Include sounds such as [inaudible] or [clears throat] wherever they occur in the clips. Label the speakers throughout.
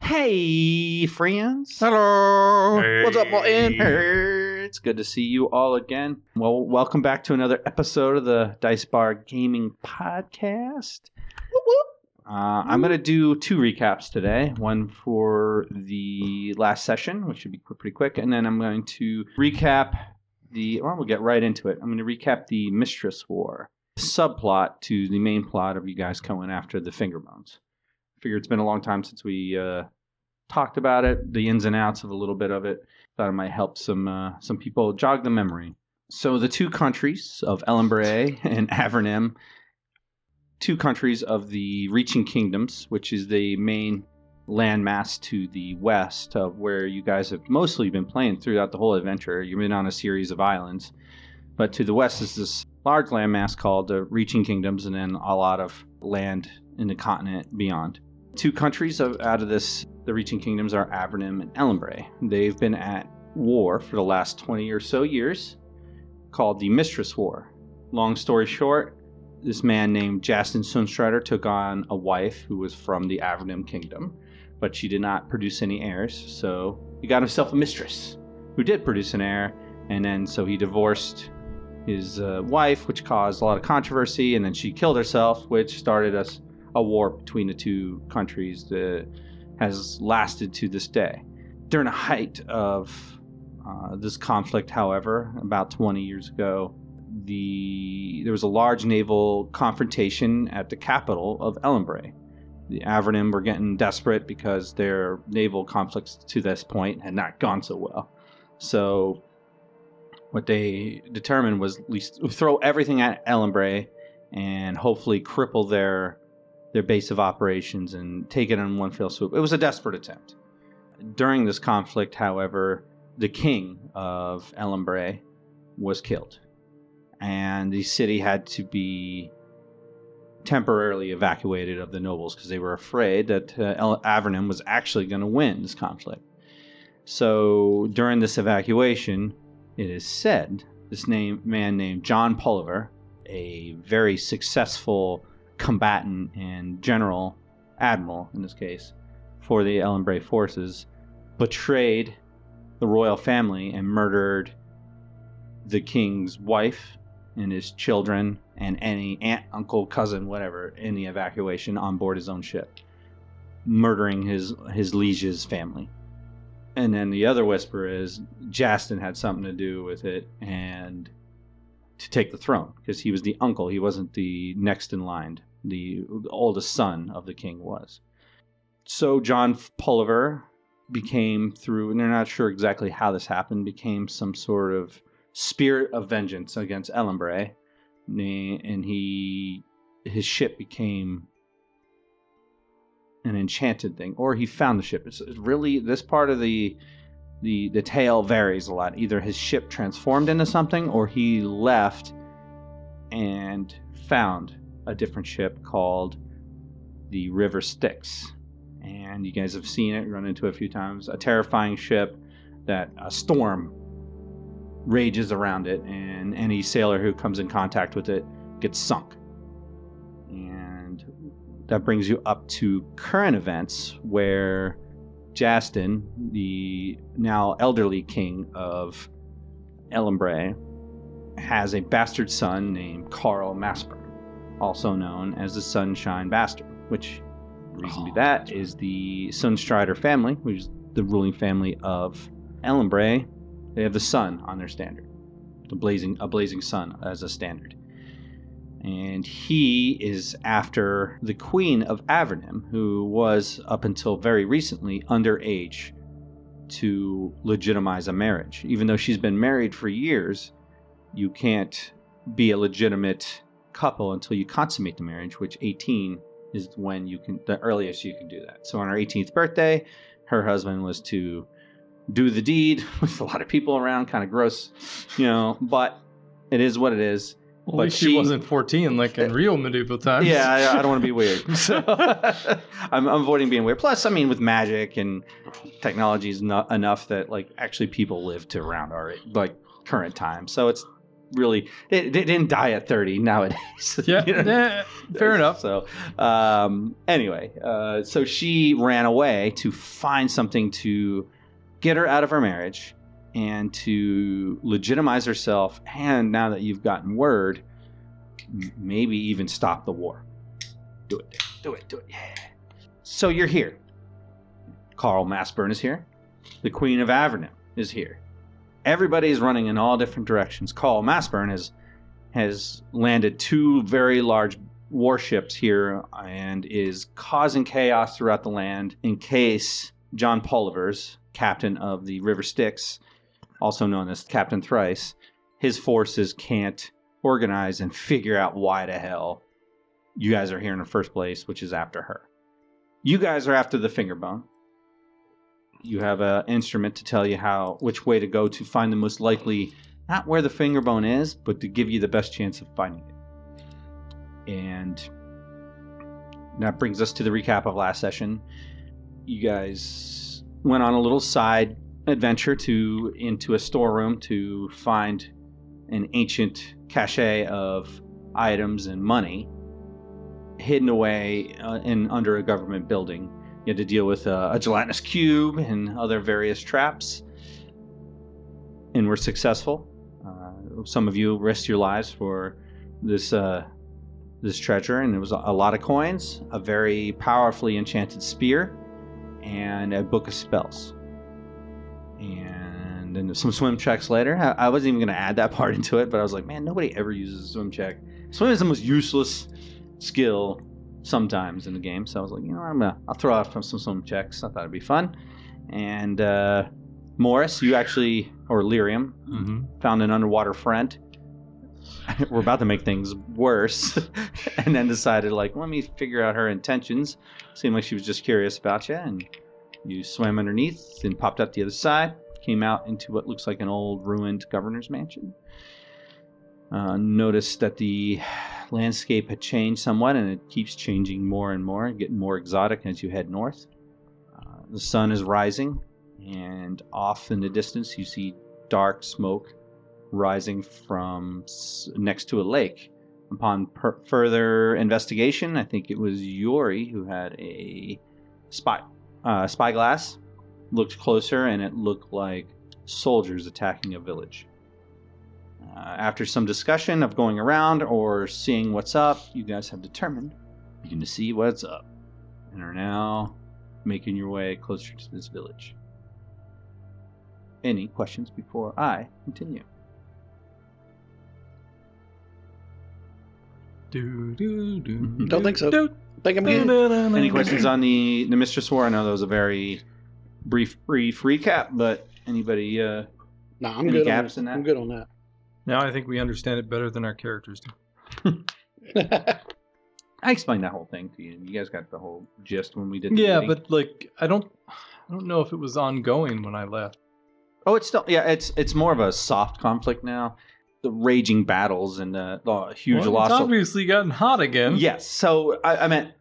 Speaker 1: Hey, friends.
Speaker 2: Hello.
Speaker 3: Uh,
Speaker 1: What's up, Martin?
Speaker 2: Hey.
Speaker 1: It's good to see you all again. Well, welcome back to another episode of the Dice Bar Gaming Podcast. Uh, I'm going to do two recaps today one for the last session, which should be qu- pretty quick, and then I'm going to recap the, or we'll get right into it. I'm going to recap the Mistress War subplot to the main plot of you guys going after the finger bones. I figure it's been a long time since we uh, talked about it, the ins and outs of a little bit of it. Thought it might help some uh, some people jog the memory. So the two countries of Ellembray [laughs] and Avernem, two countries of the Reaching Kingdoms, which is the main landmass to the west of where you guys have mostly been playing throughout the whole adventure. You've been on a series of islands, but to the west is this large landmass called the Reaching Kingdoms, and then a lot of land in the continent beyond. Two countries of, out of this, the Reaching Kingdoms are Avernim and Ellembray. They've been at war for the last 20 or so years, called the Mistress War. Long story short, this man named Jastin Sunstrider took on a wife who was from the Avernim Kingdom, but she did not produce any heirs, so he got himself a mistress who did produce an heir, and then so he divorced his uh, wife, which caused a lot of controversy, and then she killed herself, which started us a war between the two countries that has lasted to this day. During the height of uh, this conflict, however, about 20 years ago, the there was a large naval confrontation at the capital of Ellembray. The Avernim were getting desperate because their naval conflicts to this point had not gone so well. So, what they determined was at least throw everything at Ellembray and hopefully cripple their their base of operations and take it in one fell swoop. It was a desperate attempt. During this conflict, however, the king of Ellembray was killed, and the city had to be temporarily evacuated of the nobles because they were afraid that uh, El- Avernim was actually going to win this conflict. So during this evacuation, it is said this name man named John Pulliver, a very successful combatant and general, admiral in this case, for the Ellembray forces, betrayed the royal family and murdered the king's wife and his children and any aunt, uncle, cousin, whatever in the evacuation on board his own ship, murdering his his liege's family. And then the other whisper is Jaston had something to do with it and to take the throne because he was the uncle. He wasn't the next in line. The oldest son of the king was. So John Pulliver became through, and they're not sure exactly how this happened, became some sort of spirit of vengeance against Ellembray, Ne- and he his ship became an enchanted thing, or he found the ship. It's it's really this part of the the the tale varies a lot. Either his ship transformed into something, or he left and found a different ship called the River Styx. And you guys have seen it, run into it a few times. A terrifying ship that a storm rages around it, and any sailor who comes in contact with it gets sunk. And that brings you up to current events where Jastin, the now elderly king of Ellembray, has a bastard son named Carl Masper, also known as the Sunshine Bastard, which the reason be
Speaker 2: Oh,
Speaker 1: that
Speaker 2: that's
Speaker 1: is the Sunstrider family, which is the ruling family of Ellembray. They have the sun on their standard, the blazing a blazing sun as a standard. And he is after the queen of Avernim, who was up until very recently underage to legitimize a marriage. Even though she's been married for years, you can't be a legitimate couple until you consummate the marriage, which 18 is when you can, the earliest you can do that. So on her 18th birthday, her husband was to do the deed [laughs] with a lot of people around, kind of gross, you know, but it is what it is.
Speaker 2: At
Speaker 1: But
Speaker 2: least
Speaker 1: she-
Speaker 2: she wasn't 14 like in real medieval times.
Speaker 1: Yeah, I, I don't want to be weird. [laughs] So I'm, I'm avoiding being weird. Plus, I mean, with magic and technology is not enough that like actually people live to around our like current time. So it's really it, it didn't die at 30 nowadays.
Speaker 2: [laughs]
Speaker 1: [laughs]
Speaker 2: Yeah, [laughs]
Speaker 1: You know?
Speaker 2: yeah, fair enough.
Speaker 1: So, um, anyway, uh, so she ran away to find something to get her out of her marriage and to legitimize herself. And now that you've gotten word, m- maybe even stop the war. Do it, Dave. do it, do it. Yeah. So you're here. Carl Massburn is here. The Queen of Avernum is here. Everybody's running in all different directions. Carl Massburn has has landed two very large warships here and is causing chaos throughout the land in case John Pulliver's captain of the River Styx, also known as Captain Thrice, his forces can't organize and figure out why the hell you guys are here in the first place, which is after her. You guys are after the fingerbone. You have an instrument to tell you how which way to go to find the most likely not where the fingerbone is, but to give you the best chance of finding it. And that brings us to the recap of last session. You guys went on a little side adventure to into a storeroom to find an ancient cache of items and money hidden away uh, in under a government building. You had to deal with uh, a gelatinous cube and other various traps, and were successful. Uh, some of you risked your lives for this uh, this treasure, and it was a a lot of coins, a very powerfully enchanted spear, and a book of spells. And then some swim checks later. I, I wasn't even going to add that [laughs] part into it, but I was like, man, nobody ever uses a swim check. Swim is the most useless skill sometimes in the game, so I was like, you know, what, I'm gonna I'll throw out some some swim checks. I thought it'd be fun. And uh, Morris, you actually, or Lyrium,
Speaker 2: Mm-hmm.
Speaker 1: found an underwater friend. [laughs] We're about to make things worse, and then decided like, let me figure out her intentions. Seemed like she was just curious about you, and you swam underneath and popped up the other side. Came out into what looks like an old ruined governor's mansion. Uh, noticed that the landscape had changed somewhat, and it keeps changing more and more, getting more exotic as you head north. Uh, the sun is rising, and off in the distance you see dark smoke rising from s- next to a lake. Upon per- further investigation, I think it was Yori who had a spy uh, spyglass. Looked closer, and it looked like soldiers attacking a village. Uh, after some discussion of going around or seeing what's up, you guys have determined you're going to see what's up, and are now making your way closer to this village any questions before I continue.
Speaker 2: Do, do, [laughs] do,
Speaker 3: Don't think so. Think I'm good.
Speaker 1: Any questions on the the Mistress War? I know that was a very brief brief recap, but anybody? Uh,
Speaker 3: No, I'm
Speaker 1: Any
Speaker 3: good. On
Speaker 1: gaps
Speaker 3: that.
Speaker 1: in that?
Speaker 3: I'm good on
Speaker 2: Now I think we understand it better than our characters do.
Speaker 3: that. [laughs]
Speaker 1: I explained that whole thing to you. You guys got the whole gist when we did. The
Speaker 2: Yeah,
Speaker 1: meeting.
Speaker 2: but like I don't, I don't know if it was ongoing when I left.
Speaker 1: oh, it's still yeah. It's it's more of a soft conflict now. The raging battles and the, the huge
Speaker 2: Well,
Speaker 1: loss.
Speaker 2: It's
Speaker 1: of-
Speaker 2: obviously gotten hot again.
Speaker 1: Yes. So I, I meant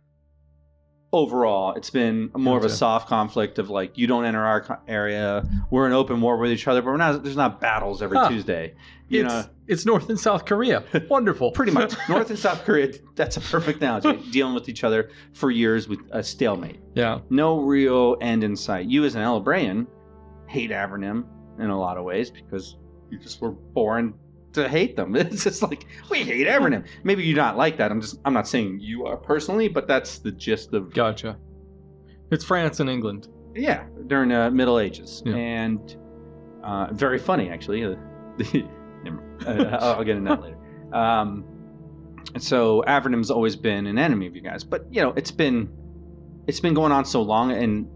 Speaker 1: overall, it's been more of a
Speaker 2: Gotcha.
Speaker 1: soft conflict of like you don't enter our co- area. We're in open war with each other, but we're not. There's not battles every
Speaker 2: Huh.
Speaker 1: Tuesday. You
Speaker 2: it's,
Speaker 1: know,
Speaker 2: it's North and
Speaker 1: [laughs]
Speaker 2: South Korea. Wonderful.
Speaker 1: pretty
Speaker 2: [laughs]
Speaker 1: much North and South Korea. That's a perfect analogy. Dealing with each other for years with a stalemate,
Speaker 2: yeah.
Speaker 1: no real end in sight. You as an Elbrayan hate Avernim in a lot of ways because you just were born. To hate them, [laughs] it's just like we hate Avernim. Maybe you're not like that. I'm just, I'm not saying you are personally, but that's the gist of
Speaker 2: Gotcha. It's France and England.
Speaker 1: yeah during the middle ages
Speaker 2: Yeah.
Speaker 1: and uh, very funny actually uh, [laughs] never- uh, I'll- i'll get into that later um, so avernum's always been an enemy of you guys but you know it's been it's been going on so long and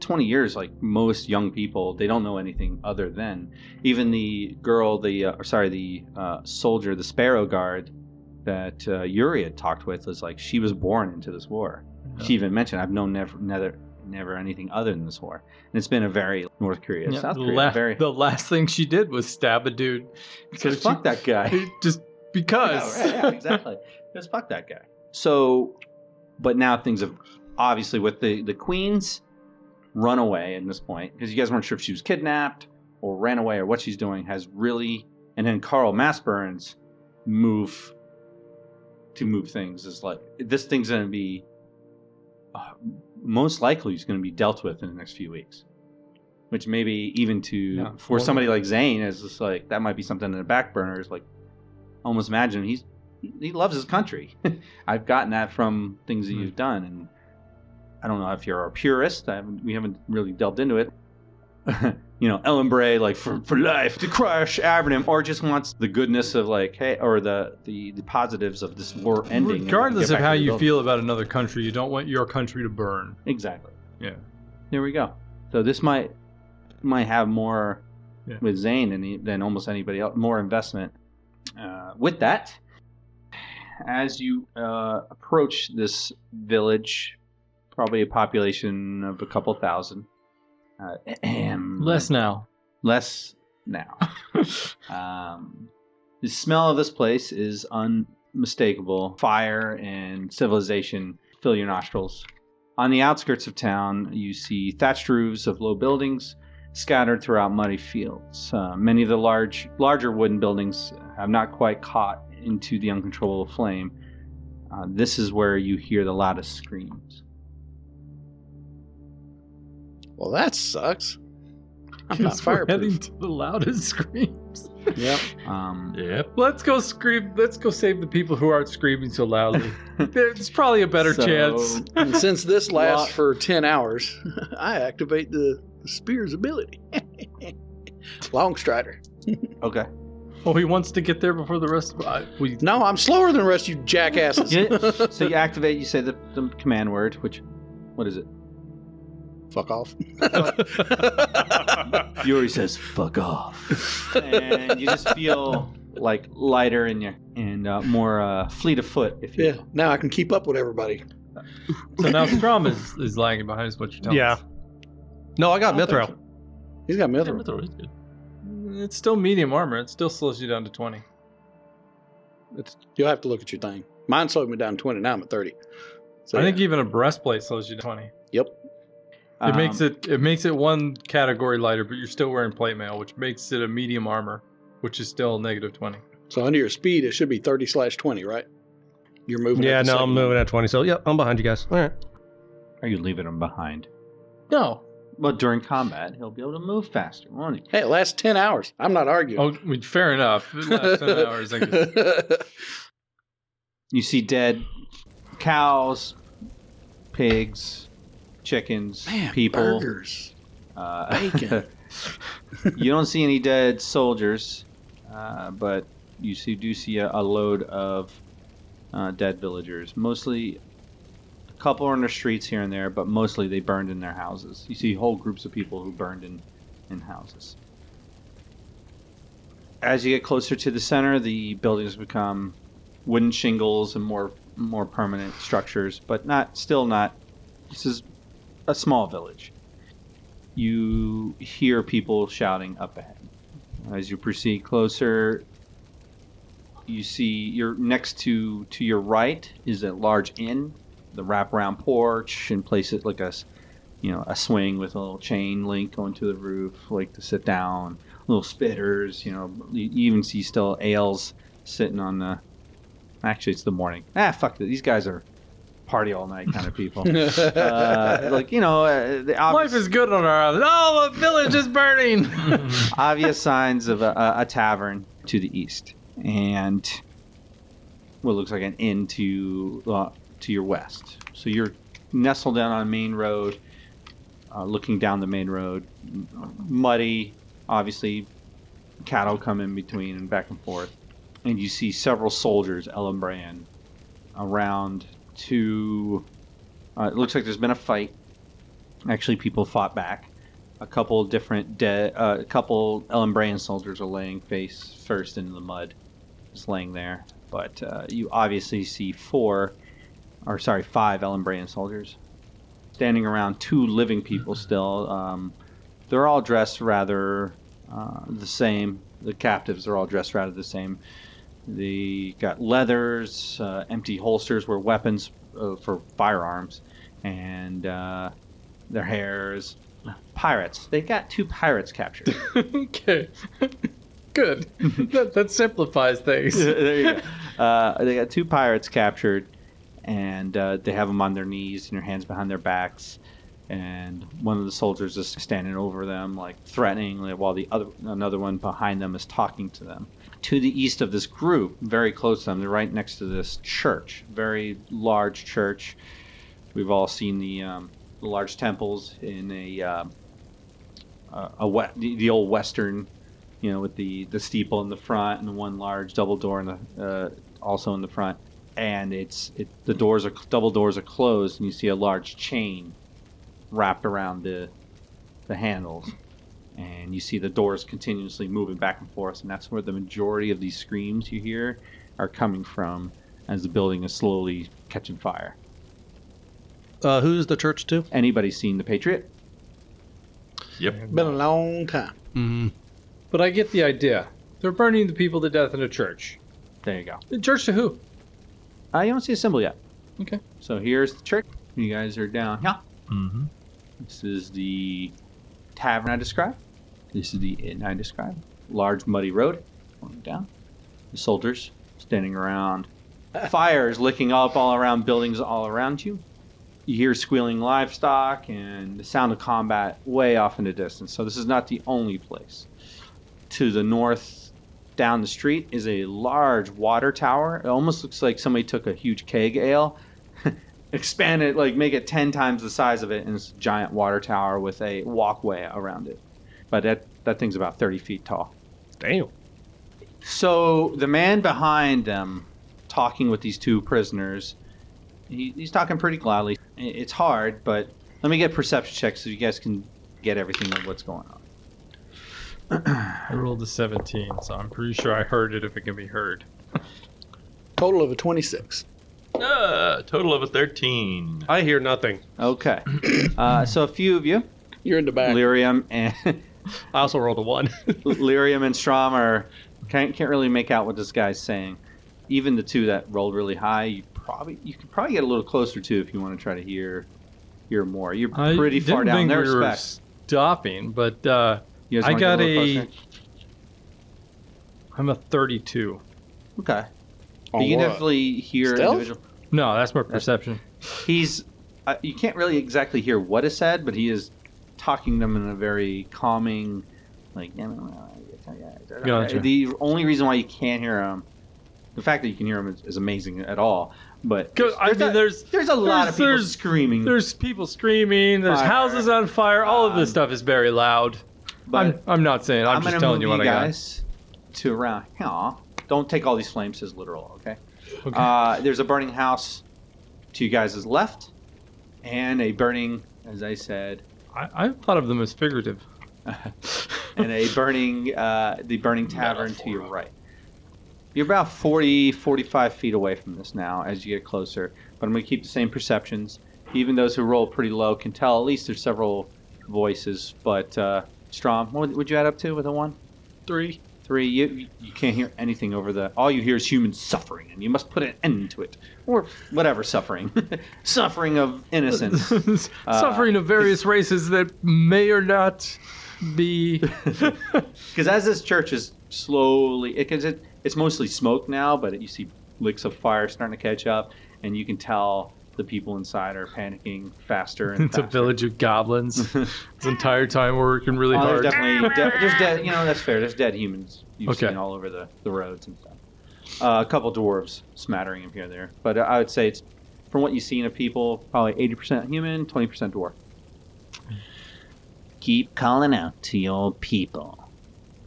Speaker 1: 20 years like most young people they don't know anything other than even the girl the uh, or sorry the uh, soldier the sparrow guard that uh, yuri had talked with was like she was born into this war she even mentioned I've known never, never, never anything other than this war, and it's been a very North Korea,
Speaker 2: Yeah,
Speaker 1: South
Speaker 2: the,
Speaker 1: Korea,
Speaker 2: la- [laughs]
Speaker 1: very
Speaker 2: the last thing she did was stab a dude. So
Speaker 1: just fuck that
Speaker 2: [laughs]
Speaker 1: guy. [laughs]
Speaker 2: she- Just because.
Speaker 1: Yeah, right, yeah, exactly. Just fuck that guy. So, but now things have obviously with the the queens run away at this point because you guys weren't sure if she was kidnapped or ran away or what she's doing has really and then Carl Massburn's move to move things is like this thing's going to be uh, most likely is going to be dealt with in the next few weeks. Which maybe even to
Speaker 2: Yeah.
Speaker 1: for
Speaker 2: Well-
Speaker 1: somebody like Zane is just like that might be something in the back burner. Is like almost imagine he's he loves his country. I've gotten that from things that
Speaker 2: Hmm.
Speaker 1: you've done, and I don't know if you're a purist. I haven't, we haven't really delved into it. [laughs] you know, Ellen Bray, like for, for life to crush Abernham, or just wants the goodness of like, hey, or the the, the positives of this war ending. and
Speaker 2: Regardless
Speaker 1: get
Speaker 2: of
Speaker 1: back
Speaker 2: how
Speaker 1: to the
Speaker 2: you
Speaker 1: building.
Speaker 2: feel about another country, you don't want your country to burn.
Speaker 1: Exactly.
Speaker 2: Yeah.
Speaker 1: There we go. So this might might have more
Speaker 2: Yeah.
Speaker 1: with Zane than, he- than almost anybody else. More investment. Uh, with that, as you uh, approach this village, probably a population of a couple thousand. Uh, [clears throat]
Speaker 2: Less now. [laughs]
Speaker 1: less now. um, the smell of this place is unmistakable. Fire and civilization fill your nostrils. On the outskirts of town, you see thatched roofs of low buildings scattered throughout muddy fields. Uh, many of the large, larger wooden buildings have not quite caught into the uncontrollable flame. Uh, this is where you hear the loudest screams.
Speaker 3: Well, that sucks. I'm not
Speaker 2: Because we're heading
Speaker 3: fireproof.
Speaker 2: to the loudest [laughs] screams.
Speaker 3: [laughs]
Speaker 2: [laughs]
Speaker 3: Yep.
Speaker 1: Um,
Speaker 2: Yep. Let's go scream. Let's go save the people who aren't screaming
Speaker 1: [laughs]
Speaker 2: so loudly. There's probably a better
Speaker 1: So-
Speaker 2: chance.
Speaker 3: And since this lasts
Speaker 1: Lot-
Speaker 3: for 10 hours, [laughs] I activate the, the spear's ability. [laughs] Long Strider.
Speaker 1: Okay.
Speaker 2: Oh, he wants to get there before the rest of I, we.
Speaker 3: No, I'm slower than the rest of you jackasses.
Speaker 1: Yeah, so you activate. You say the, the command word, which, what is it?
Speaker 3: Fuck
Speaker 2: [laughs]
Speaker 3: off. [laughs]
Speaker 1: Fury says, "Fuck off," and you just feel like lighter in your and uh, more uh, fleet of foot, if you
Speaker 3: yeah,
Speaker 1: will.
Speaker 3: now I can keep up with everybody.
Speaker 1: [laughs]
Speaker 2: So now Strom is, is lagging behind us. What you're telling
Speaker 4: Yeah.
Speaker 2: us.
Speaker 4: No, I got
Speaker 2: I don't
Speaker 4: Mithril.
Speaker 2: think
Speaker 3: He's got
Speaker 2: Yeah,
Speaker 3: Mithril.
Speaker 2: Mithril is good. It's still medium armor. It still slows you down to twenty.
Speaker 3: You'll have to look at your thing. Mine slowed me down 20. Now I'm at 30. So
Speaker 2: I think even a breastplate slows you to twenty. It
Speaker 1: Um,
Speaker 2: makes it it makes it one category lighter, but you're still wearing plate mail, which makes it a medium armor, which is still negative twenty.
Speaker 3: So under your speed, it should be 30 slash 20, right? You're moving.
Speaker 4: Yeah,
Speaker 3: at the
Speaker 4: no,
Speaker 3: second
Speaker 4: I'm moving at 20. So, yep, I'm behind you guys. All right.
Speaker 1: Or you leaving him behind.
Speaker 2: No.
Speaker 1: Well, during combat, he'll be able to move faster, won't he?
Speaker 3: one. Hey, it lasts 10 hours. I'm not arguing. [laughs]
Speaker 2: Oh, I mean, fair enough. It lasts [laughs] 10 hours, I guess.
Speaker 1: You see dead cows, pigs, chickens,
Speaker 3: Man,
Speaker 1: people.
Speaker 3: burgers.
Speaker 1: Uh,
Speaker 3: Bacon.
Speaker 1: [laughs] you don't see any dead soldiers, uh, but you see, do see a, a load of uh, dead villagers. Mostly, a couple are in the streets here and there, but mostly they burned in their houses. You see whole groups of people who burned in, in houses. As you get closer to the center, the buildings become wooden shingles and more more permanent structures, but not still not. This is a small village you hear people shouting up ahead. As you proceed closer, you see your next to to your right is a large inn, the wraparound porch, and place it like a, s- you know, a swing with a little chain link going to the roof, like to sit down. Little spitters, you know. You you even see still ales sitting on the. Actually, it's the morning. Ah, fuck it. These guys are party all night kind of people. uh, like you know, uh, the obvious-
Speaker 2: Life is good on our island. Oh, the village is burning. [laughs]
Speaker 1: obvious signs of a, a, a tavern to the east and what looks like an inn to uh, to your west. So you're nestled down on a main road, uh, looking down the main road, m- muddy, obviously cattle come in between and back and forth, and you see several soldiers, Ellen Brand, around to. Uh, it looks like there's been a fight. Actually, people fought back a couple different dead, uh, a couple Ellen Brand soldiers are laying face first into the mud, just laying there. But uh, you obviously see four, or sorry, five Ellen Brand soldiers standing around two living people still. Um, they're all dressed rather uh, the same. The captives are all dressed rather the same. They got leathers, uh, empty holsters were weapons uh, for firearms, and uh, their hair is pirates. They got two pirates captured.
Speaker 2: okay. good. That, that simplifies
Speaker 1: [laughs]
Speaker 2: things.
Speaker 1: there you go. [laughs] Uh, they got two pirates captured, and uh, they have them on their knees and their hands behind their backs. And one of the soldiers is standing over them, like threatening, like, while the other another one behind them is talking to them. To the east of this group, very close to them, they're right next to this church, very large church. We've all seen the, um, the large temples in a um, uh, a we- the, the old western you know, with the the steeple in the front and one large double door in the uh, also in the front, and it's it the doors are double doors are closed and you see a large chain wrapped around the the handles, and you see the doors continuously moving back and forth, and that's where the majority of these screams you hear are coming from as the building is slowly catching fire.
Speaker 4: Uh, who's the church to?
Speaker 1: Anybody seen the Patriot?
Speaker 3: Been a long time.
Speaker 4: Mm.
Speaker 2: But I get the idea. They're burning the people to death in a church.
Speaker 1: There you go.
Speaker 2: The church to who?
Speaker 1: I don't see a symbol yet.
Speaker 2: Okay.
Speaker 1: So here's the trick. You guys are down. Yeah.
Speaker 5: Mm-hmm.
Speaker 1: This is the tavern I described. This is the inn I described. Large muddy road. Going down. The soldiers standing around. Fires licking up all around buildings all around you. You hear squealing livestock and the sound of combat way off in the distance. So this is not the only place. To the north, down the street, is a large water tower. It almost looks like somebody took a huge keg ale [laughs] expand it like make it 10 times the size of it and it's a giant water tower with a walkway around it but that that thing's about 30 feet tall
Speaker 4: Damn.
Speaker 1: so the man behind them talking with these two prisoners he, he's talking pretty loudly I- it's hard but let me get perception checks so you guys can get everything of what's going on
Speaker 2: I rolled a 17, so I'm pretty sure I heard it if it can be heard.
Speaker 3: Total of a 26.
Speaker 5: Uh, total of a 13.
Speaker 4: I hear nothing.
Speaker 1: okay uh, so a few of you
Speaker 3: You're in the back.
Speaker 1: lyrium and
Speaker 4: I also rolled a one.
Speaker 1: Lyrium and Strom are can't, can't really make out what this guy's saying. Even the two that rolled really high, you probably you could probably get a little closer to if you want to try to hear hear more. You're pretty far down their respect.
Speaker 2: stopping, but uh,
Speaker 1: You
Speaker 2: I
Speaker 1: wanna get
Speaker 2: got
Speaker 1: little
Speaker 2: a- I'm a 32.
Speaker 1: closer? okay.
Speaker 3: On
Speaker 1: But you can
Speaker 3: what?
Speaker 1: definitely hear
Speaker 3: Stealth?
Speaker 1: individual.
Speaker 2: No, that's my perception.
Speaker 1: He's uh, you can't really exactly hear what is said, but he is talking to them in a very calming, like
Speaker 2: Gotcha.
Speaker 1: the only reason why you can't hear him. The fact that you can hear him is, is amazing at all, but
Speaker 2: Good, I
Speaker 1: there's
Speaker 2: mean,
Speaker 1: a-
Speaker 2: there's
Speaker 1: There's a lot
Speaker 2: There's-
Speaker 1: of people
Speaker 2: there's-
Speaker 1: screaming.
Speaker 2: there's people screaming, there's
Speaker 1: Fire.
Speaker 2: houses on fire, all of
Speaker 1: Um,
Speaker 2: this stuff is very loud.
Speaker 1: but
Speaker 2: I'm, I'm not saying, I'm,
Speaker 1: I'm
Speaker 2: just
Speaker 1: gonna
Speaker 2: telling
Speaker 1: move
Speaker 2: you what
Speaker 1: guys to around. Aw, don't take all these flames as literal, okay?
Speaker 2: I got. Okay.
Speaker 1: Uh, there's a burning house to you guys' left, and a burning, as I said,
Speaker 2: I, I thought of them as figurative.
Speaker 1: and
Speaker 2: [laughs]
Speaker 1: a burning, uh, the burning tavern to your right. You're about 40, 45 feet away from this now as you get closer, but I'm going to keep the same perceptions. Even those who roll pretty low can tell at least there's several voices, but uh, Strom, what would you add up to with a one?
Speaker 2: [laughs] Three.
Speaker 1: Three, you you can't hear anything over the. All you hear is human suffering, and you must put an end to it, or whatever suffering, [laughs] suffering of
Speaker 2: [laughs]
Speaker 1: innocence.
Speaker 2: Suffering of various races that may or not
Speaker 1: [laughs]
Speaker 2: be. [laughs]
Speaker 1: Because as this church is slowly, because it, it's mostly smoke now, but you see licks of fire starting to catch up, and you can tell the people inside are panicking faster and
Speaker 2: [laughs] it's a
Speaker 1: faster.
Speaker 2: village of
Speaker 1: [laughs]
Speaker 2: goblins. this entire time we're working really
Speaker 1: Oh, there's
Speaker 2: hard.
Speaker 1: definitely de- there's dead. You know that's fair. There's dead humans you've
Speaker 2: Okay.
Speaker 1: seen all over the, the roads and stuff. Uh, a couple dwarves smattering them here and there, but I would say it's from what you've seen of people, probably eighty percent human, twenty percent dwarf. Keep calling out to your people,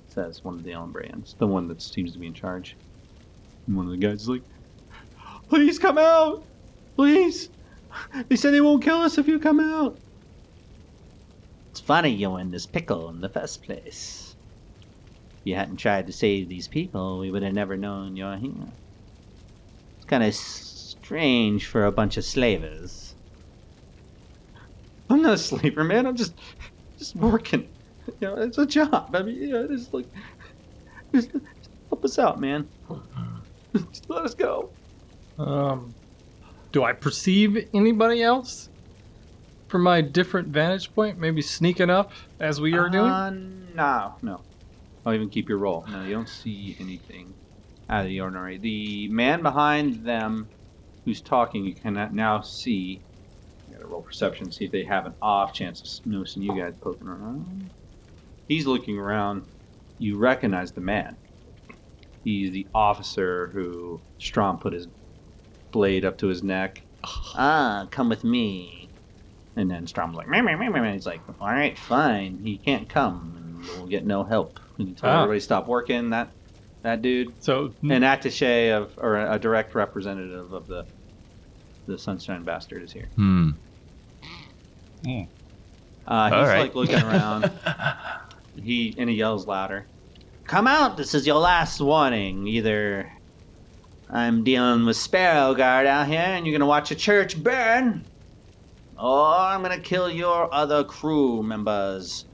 Speaker 1: says one of the Elmbrians, the one that seems to be in charge. And one of the guys is like, "Please come out, please." They said they won't kill us if you come out. It's funny you in this pickle in the first place. If you hadn't tried to save these people, we would have never known you're here. It's kind of strange for a bunch of slavers. I'm not a slaver, man. I'm just, just working. You know, it's a job. I mean, you know, it's like, just, just help us out, man. Just let us go.
Speaker 2: Um, do I perceive anybody else from my different vantage point? Maybe sneaking up as we are doing.
Speaker 1: Uh, no, no. I'll even keep your roll. No, you don't see anything out of the ordinary. The man behind them who's talking, you cannot now see. I gotta roll perception, see if they have an off chance of noticing you guys poking around. He's looking around. You recognize the man. He's the officer who Strom put his blade up to his neck. Ah, come with me. And then Strom's like, meh, meh, meh, meh, meh. he's like, all right, fine. He can't come, and we'll get no help. And you tell
Speaker 4: Ah.
Speaker 1: everybody to stop working. That that dude,
Speaker 4: So
Speaker 2: Hmm.
Speaker 1: an attaché of, or a, a direct representative of the the Sunshine Bastard is here.
Speaker 5: Hmm.
Speaker 1: Uh,
Speaker 5: All
Speaker 1: he's
Speaker 5: right.
Speaker 1: like looking
Speaker 5: [laughs]
Speaker 1: around. he and he yells louder. Come out! This is your last warning. Either I'm dealing with Sparrow Guard out here, and you're gonna watch a church burn, or I'm gonna kill your other crew members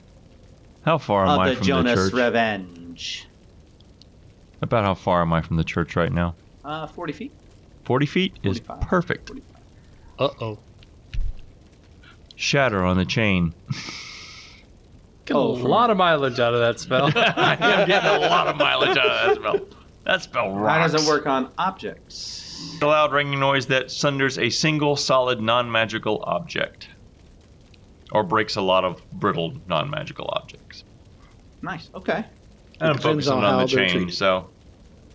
Speaker 5: How far am
Speaker 1: of
Speaker 5: I
Speaker 1: the
Speaker 5: from
Speaker 1: Jonas
Speaker 5: the church?
Speaker 1: Revenge.
Speaker 5: About how far am I from the church right now?
Speaker 1: Uh, forty feet.
Speaker 5: 40 feet is
Speaker 1: 45.
Speaker 5: perfect.
Speaker 4: uh oh.
Speaker 5: Shatter on
Speaker 1: [laughs]
Speaker 5: the chain. [laughs]
Speaker 2: Get
Speaker 1: Oh,
Speaker 2: a
Speaker 1: for-
Speaker 2: lot of mileage out of that spell. [laughs]
Speaker 5: I am getting a lot of mileage out of that spell. That spell
Speaker 1: How
Speaker 5: rocks.
Speaker 1: does it work on objects?
Speaker 5: A loud ringing noise that sunders a single solid non magical object. Or breaks a lot of brittle non magical objects.
Speaker 1: Nice. Okay.
Speaker 5: And I'm
Speaker 3: depends
Speaker 5: focusing
Speaker 3: on
Speaker 5: on,
Speaker 3: how
Speaker 5: the
Speaker 3: they're
Speaker 5: chain,
Speaker 3: treated.
Speaker 5: so.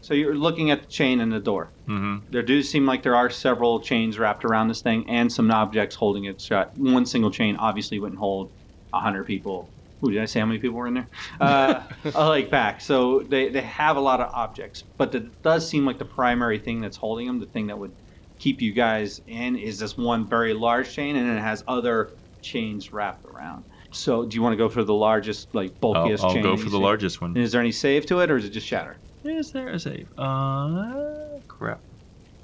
Speaker 1: So you're looking at the chain and the door.
Speaker 5: hmm
Speaker 1: There do seem like there are several chains wrapped around this thing and some objects holding it shut. One single chain obviously wouldn't hold 100 people. Ooh, did I say how many people were in there? Uh, uh, like back. So they, they have a lot of objects, but it does seem like the primary thing that's holding them, the thing that would keep you guys in, is this one very large chain and it has other chains wrapped around. So do you want to go for the largest, like
Speaker 5: I'll,
Speaker 1: bulkiest
Speaker 5: I'll
Speaker 1: chain?
Speaker 5: go
Speaker 1: that
Speaker 5: for
Speaker 1: you
Speaker 5: the
Speaker 1: see?
Speaker 5: largest one.
Speaker 1: And is there any save to it or is it just shatter?
Speaker 5: Is there a save? Uh, crap.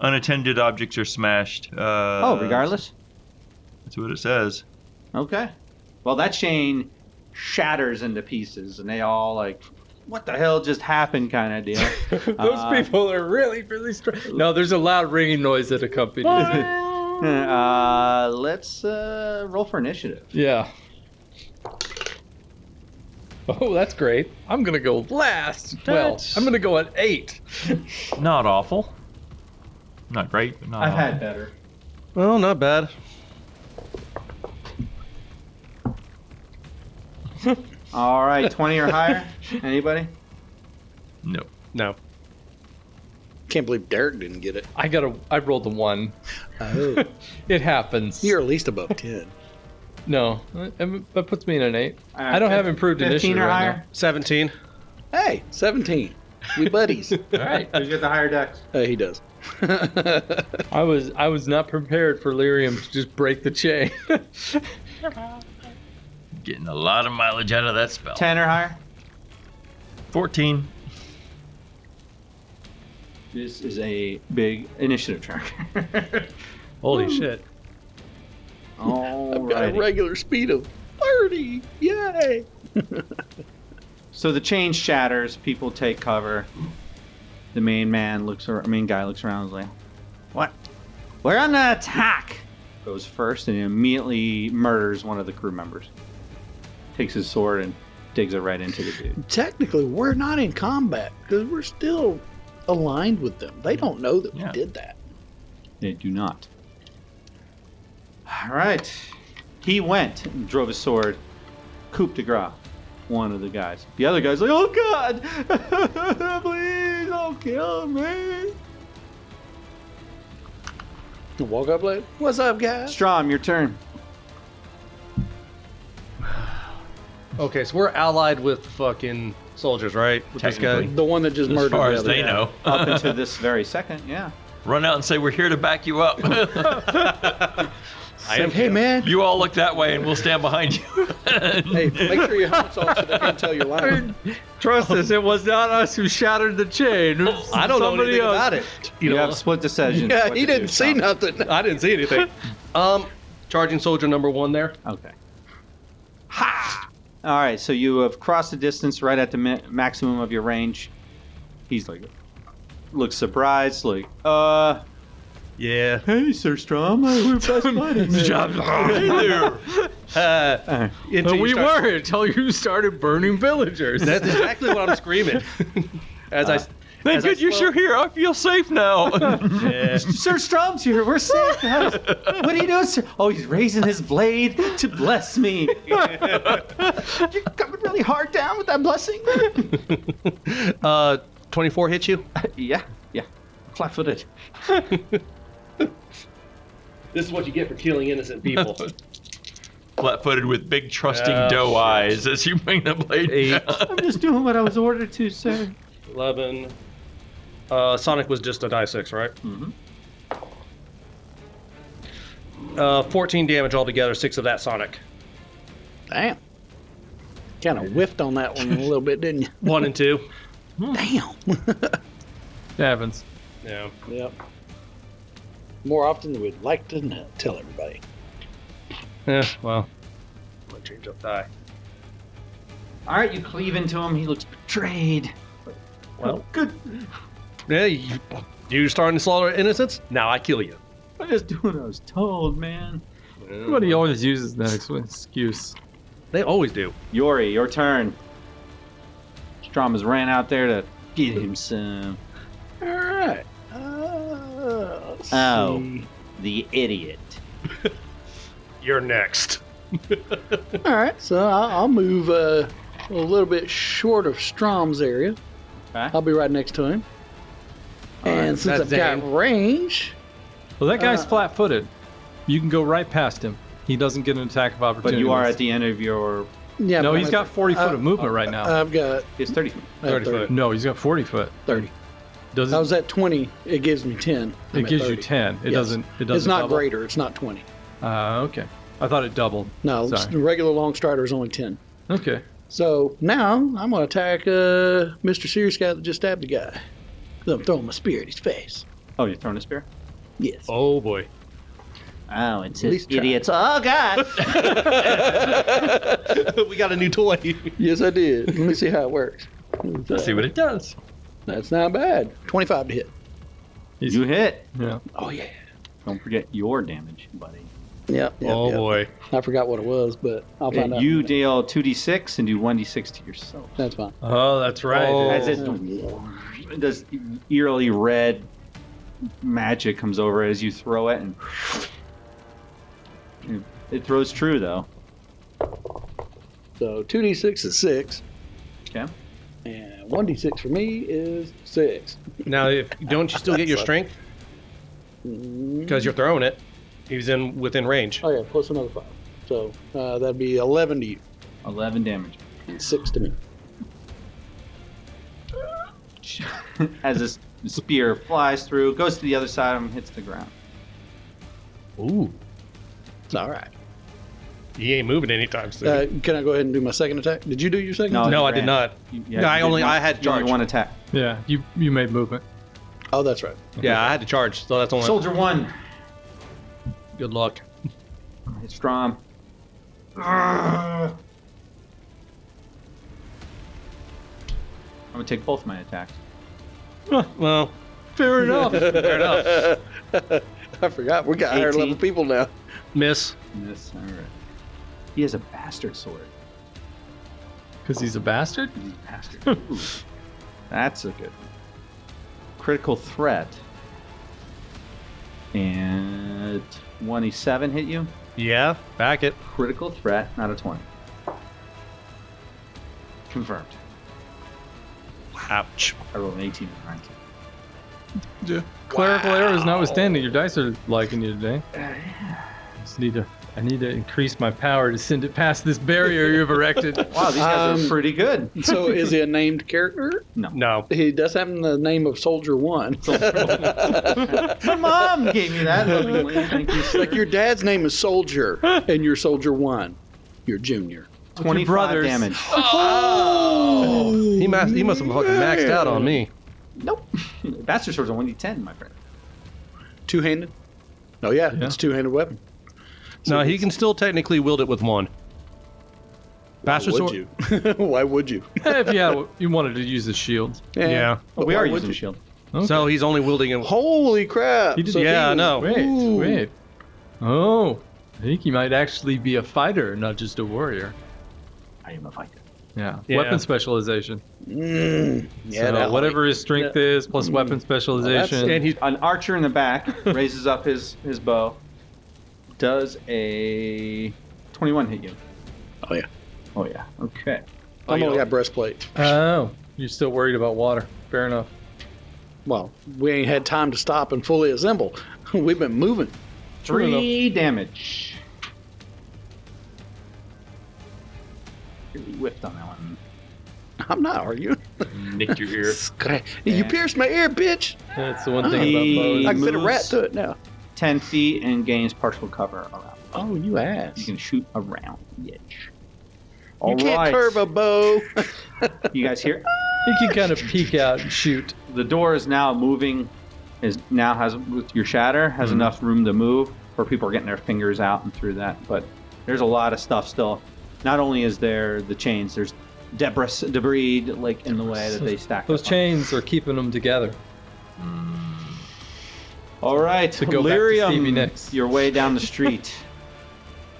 Speaker 5: Unattended objects are smashed. Uh,
Speaker 1: oh, regardless?
Speaker 5: That's what it says.
Speaker 1: Okay. Well, that chain shatters into pieces, and they all like, "What the hell just happened?" kind of deal. [laughs]
Speaker 2: Those
Speaker 1: Uh,
Speaker 2: people are really, really strong. No, there's a loud ringing noise that accompanies it.
Speaker 1: uh, let's uh, roll for initiative.
Speaker 2: [laughs] Yeah. Oh, that's great. I'm gonna go last. Well,
Speaker 5: That's-
Speaker 2: I'm gonna go at eight.
Speaker 5: Not awful. Not great, but not
Speaker 1: I've
Speaker 5: awful.
Speaker 1: had better.
Speaker 4: Well, not bad.
Speaker 1: All [laughs] right, twenty or higher. Anybody?
Speaker 5: No.
Speaker 4: No.
Speaker 3: Can't believe Derek didn't get it.
Speaker 2: I got a. I rolled a one.
Speaker 3: Oh,
Speaker 2: It happens.
Speaker 3: you're at least above ten.
Speaker 2: No, that that puts me in an eight. I don't have improved
Speaker 1: Fifteen
Speaker 2: initiative
Speaker 1: or
Speaker 2: right
Speaker 1: higher.
Speaker 4: 17.
Speaker 3: Hey, seventeen. We
Speaker 2: [laughs]
Speaker 3: buddies.
Speaker 2: All right.
Speaker 1: Who's got the higher decks?
Speaker 3: Uh, he does. [laughs]
Speaker 2: I was I was not prepared for Lyrium to just break the chain. [laughs]
Speaker 5: Getting a lot of mileage out of that spell.
Speaker 1: Ten or higher.
Speaker 5: 14.
Speaker 1: This is a big initiative tracker.
Speaker 2: Hmm.
Speaker 4: Holy shit.
Speaker 1: [laughs] All
Speaker 3: I've got a
Speaker 1: right.
Speaker 3: regular speed of thirty. Yay!
Speaker 1: So the chain shatters. People take cover. The main man looks. Ar- main guy looks around. And is like, "What? We're on the attack." Goes first and immediately murders one of the crew members. Takes his sword and digs it right into the dude.
Speaker 3: Technically, we're not in combat because we're still aligned with them. They don't know that
Speaker 5: Yeah.
Speaker 3: we did that.
Speaker 1: They do not. All right. He went and drove his sword. Coup de grace. One of the guys. The other guy's like, "Oh God, [laughs] please don't kill me."
Speaker 3: You walk up late. What's up, guys?
Speaker 1: Strom, your turn.
Speaker 4: Okay, so we're allied with fucking soldiers, right? With this guy.
Speaker 5: Technically.
Speaker 3: The one that just
Speaker 5: As
Speaker 3: murdered
Speaker 5: far
Speaker 3: the
Speaker 5: as
Speaker 3: other
Speaker 5: they
Speaker 3: guy.
Speaker 5: know.
Speaker 1: up
Speaker 2: [laughs]
Speaker 1: until this very second, yeah.
Speaker 5: Run out and say, We're here to back you up.
Speaker 3: Say, hey, man.
Speaker 5: you all look that way and we'll stand behind you.
Speaker 3: [laughs] Hey, make sure your helmet's off so they can't tell your line.
Speaker 2: Trust us, it was not us who shattered the chain. It was
Speaker 4: I don't know
Speaker 2: somebody
Speaker 4: anything
Speaker 3: uh,
Speaker 2: else.
Speaker 4: about it.
Speaker 1: You, have split decisions.
Speaker 3: Yeah,
Speaker 1: What
Speaker 3: he
Speaker 1: to
Speaker 3: didn't
Speaker 1: do,
Speaker 3: see
Speaker 1: Tom.
Speaker 3: nothing.
Speaker 4: [laughs] I didn't
Speaker 3: [laughs]
Speaker 4: see anything. um, charging soldier number one there.
Speaker 1: Okay. Ha! All right, so you have crossed the distance right at the mi- maximum of your range. He's like, looks surprised, like, uh,
Speaker 4: [laughs] Yeah.
Speaker 1: Hey, Sir Strom, we're best buddies.
Speaker 3: [laughs]
Speaker 5: Hey there.
Speaker 4: Uh,
Speaker 1: Uh,
Speaker 4: until
Speaker 2: But
Speaker 4: you
Speaker 2: we
Speaker 4: start-
Speaker 2: were until you started burning villagers.
Speaker 4: That's exactly what I'm screaming. Uh, As I s
Speaker 5: Thank
Speaker 4: As I
Speaker 5: good you're
Speaker 4: slow-
Speaker 5: sure here. I feel safe now.
Speaker 4: [laughs] yeah.
Speaker 1: Sir Strom's here. We're safe. guys. What do you do, sir? Oh, he's raising his blade to bless me. [laughs] You're coming really hard down with that blessing.
Speaker 4: uh, 24 hit you?
Speaker 1: yeah, yeah. [laughs] Flat-footed.
Speaker 4: This is what you get for killing innocent people.
Speaker 5: [laughs] Flat-footed with big trusting
Speaker 4: Oh,
Speaker 5: doe
Speaker 4: shit.
Speaker 5: eyes as you bring the blade
Speaker 4: Eight.
Speaker 5: down.
Speaker 1: I'm just doing what I was ordered to, sir.
Speaker 4: 11. Uh, Sonic was just a die six, right?
Speaker 1: Mhm.
Speaker 4: Uh, 14 damage altogether, six of that Sonic.
Speaker 3: Damn. Kind of whiffed on that one a little bit, didn't [laughs] you?
Speaker 4: One and two.
Speaker 3: Damn.
Speaker 2: It happens.
Speaker 4: [laughs] Yeah.
Speaker 3: yep. More often than we'd like to know, tell everybody.
Speaker 2: [laughs]
Speaker 4: Yeah, well. I'm gonna change up die.
Speaker 1: All right, you cleave into him. He looks betrayed. Well, good.
Speaker 4: Yeah, you, you're starting to slaughter innocents? Now I kill you.
Speaker 1: I'm just doing what I was told, man.
Speaker 2: Everybody always uses that ex- excuse.
Speaker 4: They always do.
Speaker 1: Yori, your turn. Strom has ran out there to get him some.
Speaker 3: All right. Uh, let's
Speaker 1: Oh.
Speaker 3: see.
Speaker 1: The idiot.
Speaker 4: You're next.
Speaker 3: All right. So I'll, I'll move uh, a little bit short of Strom's area.
Speaker 1: Okay.
Speaker 3: I'll be right next to him. and since
Speaker 4: that's
Speaker 3: I've got range,
Speaker 2: Well, that guy's
Speaker 3: Uh.
Speaker 2: flat-footed. You can go right past him. He doesn't get an attack of
Speaker 1: But
Speaker 2: opportunity.
Speaker 1: you are at the end of your.
Speaker 3: yeah.
Speaker 2: no,
Speaker 3: but
Speaker 2: he's
Speaker 3: I-
Speaker 2: got 40 foot
Speaker 3: uh,
Speaker 2: of movement right now.
Speaker 3: I've got
Speaker 1: It's 30 feet.
Speaker 3: uh,
Speaker 4: 30
Speaker 3: 30,
Speaker 4: foot.
Speaker 2: no, he's got 40 foot.
Speaker 3: 30.
Speaker 2: Does
Speaker 3: I
Speaker 2: it,
Speaker 3: was at 20. It gives me 10. I'm
Speaker 2: it
Speaker 3: at
Speaker 2: gives
Speaker 3: 30.
Speaker 2: you 10? It
Speaker 3: Yes.
Speaker 2: doesn't. It doesn't.
Speaker 3: It's not
Speaker 2: double?
Speaker 3: greater. It's not 20.
Speaker 2: Uh, okay. I thought it doubled.
Speaker 3: No,
Speaker 2: Sorry.
Speaker 3: the regular long strider is only 10.
Speaker 2: Okay.
Speaker 3: So now I'm going to attack uh, Mr. Serious Guy that just stabbed the guy. 'Cause I'm throwing my spear at his face.
Speaker 1: Oh, you're throwing a spear?
Speaker 3: Yes.
Speaker 4: Oh [laughs] boy.
Speaker 1: Oh, it's
Speaker 3: At least try.
Speaker 1: Oh, [laughs] God.
Speaker 4: we got a new toy.
Speaker 3: Yes, I did. Let me see how it works.
Speaker 5: Let's see what it does.
Speaker 3: That's not bad. 25 to hit.
Speaker 1: you hit.
Speaker 2: Yeah.
Speaker 3: Oh, yeah.
Speaker 1: Don't forget your damage, buddy.
Speaker 3: Yep. yep,
Speaker 4: oh
Speaker 3: yep.
Speaker 4: boy.
Speaker 3: I forgot what it was, but I'll find out.
Speaker 1: Uh, you deal 2d6 and do 1d6 to yourself.
Speaker 3: That's fine.
Speaker 4: Oh, that's right.
Speaker 2: Oh.
Speaker 1: As it
Speaker 3: Oh.
Speaker 1: does eerily red magic comes over as you throw it, and it throws true though.
Speaker 3: So 2d6 is 6.
Speaker 1: Okay.
Speaker 3: And 1d6 for me is 6.
Speaker 4: Now, if, don't you still get your strength because you're throwing it? He's in within range.
Speaker 3: Mm-hmm. Oh, yeah, plus another 5. So uh, that'd be 11 to you,
Speaker 1: Eleven damage. [laughs]
Speaker 3: and 6 to me.
Speaker 1: as this spear flies through, goes to the other side of him, hits the ground.
Speaker 4: Ooh.
Speaker 3: All right.
Speaker 4: He ain't moving anytime soon.
Speaker 3: Uh, can I go ahead and do my second attack? Did you do your second?
Speaker 1: No.
Speaker 3: attack?
Speaker 4: no, I
Speaker 1: ran.
Speaker 4: did not.
Speaker 1: You-
Speaker 4: No, I
Speaker 1: you did
Speaker 4: only-
Speaker 1: one-
Speaker 4: I had
Speaker 1: you only
Speaker 4: charge.
Speaker 1: one attack.
Speaker 2: Yeah. You you made movement.
Speaker 3: Oh, that's right.
Speaker 4: Yeah, I had to charge, so that's only
Speaker 1: Soldier one.
Speaker 4: good luck.
Speaker 1: It's Strom. I'm gonna take both my attacks.
Speaker 4: Huh, well,
Speaker 2: [laughs]
Speaker 4: fair enough. fair enough.
Speaker 3: I forgot. We got higher
Speaker 1: 18.
Speaker 3: level people
Speaker 4: [laughs]
Speaker 3: now.
Speaker 4: Miss.
Speaker 1: Miss. All right. He has a bastard sword.
Speaker 2: Because he's a bastard?
Speaker 1: He's a bastard. Ooh. That's a good one. Critical threat. And 27 hit you.
Speaker 4: Yeah, back it.
Speaker 1: Critical threat, not a 20. Confirmed.
Speaker 4: Ouch.
Speaker 1: I rolled an 18 and a 19.
Speaker 2: Yeah. Clerical errors notwithstanding, your dice are liking you today. I just need to. I need to increase my power to send it past this barrier you've erected. [laughs]
Speaker 1: Wow, these guys
Speaker 3: Um,
Speaker 1: are pretty good.
Speaker 3: So is he a named character?
Speaker 4: No.
Speaker 3: He does have the name of Soldier
Speaker 4: [laughs]
Speaker 3: One.
Speaker 1: [laughs] My mom gave me that lovingly. Thank you, sir.
Speaker 3: like your dad's name is Soldier, and you're Soldier One. You're Junior.
Speaker 1: 25
Speaker 2: brothers.
Speaker 1: damage. [laughs]
Speaker 4: Oh, He must. He must have fucking maxed out on me.
Speaker 1: Nope. Bastard swords are 1d10, my friend.
Speaker 3: Two handed. Oh yeah,
Speaker 2: Yeah.
Speaker 3: it's two handed weapon.
Speaker 4: No, he can still technically wield it with one. Bastard
Speaker 3: Why would
Speaker 4: sword.
Speaker 3: you? [laughs] Why would you?
Speaker 2: Eh, if you, had, you wanted to use the shield.
Speaker 4: Yeah.
Speaker 1: we
Speaker 3: why
Speaker 1: are
Speaker 3: would
Speaker 1: using
Speaker 3: you?
Speaker 1: shield.
Speaker 4: So he's only wielding a.
Speaker 3: Holy crap!
Speaker 2: He did-
Speaker 4: Yeah, I know.
Speaker 2: Wait,
Speaker 3: Ooh.
Speaker 2: wait. Oh, I think he might actually be a fighter, not just a warrior.
Speaker 1: I am a fighter.
Speaker 2: Yeah.
Speaker 4: Yeah.
Speaker 2: Weapon specialization.
Speaker 3: Mm, yeah,
Speaker 2: So
Speaker 3: that-
Speaker 2: whatever his strength is plus weapon specialization.
Speaker 4: And [laughs] he's
Speaker 1: An archer in the
Speaker 3: [laughs]
Speaker 1: back raises up his, his bow. Does a 21 hit you?
Speaker 3: Oh, yeah.
Speaker 1: Oh, yeah. Okay.
Speaker 3: I'm only got breastplate.
Speaker 2: oh, you're still worried about water. Fair enough.
Speaker 3: Well, we ain't had time to stop and fully assemble. [laughs] We've been moving.
Speaker 1: Three damage. Really whipped on that one.
Speaker 3: I'm not, are you?
Speaker 5: [laughs] Nick your ear.
Speaker 3: Scra- You pierced my ear, bitch.
Speaker 2: That's the one thing about bows.
Speaker 1: He
Speaker 3: I can fit a
Speaker 1: moves
Speaker 3: rat to it now.
Speaker 1: 10 feet and gains partial cover around.
Speaker 3: Oh, you
Speaker 1: You
Speaker 3: ass.
Speaker 1: can shoot around the edge.
Speaker 3: You
Speaker 1: All
Speaker 3: can't
Speaker 1: right.
Speaker 3: curve a bow. [laughs]
Speaker 1: You guys hear?
Speaker 2: He can kind of peek out and shoot.
Speaker 1: The door is now moving. Is now has with your shatter
Speaker 2: Mhm.
Speaker 1: has enough room to move where people are getting their fingers out and through that. But there's a lot of stuff still. Not only is there the chains, there's debris, debris like in the way that they stack.
Speaker 2: Those
Speaker 1: up on.
Speaker 2: chains are keeping them together.
Speaker 1: All right,
Speaker 2: To go back to
Speaker 1: Lyrium,
Speaker 2: Stevie Nicks.
Speaker 1: your way down
Speaker 2: [laughs]
Speaker 1: the street.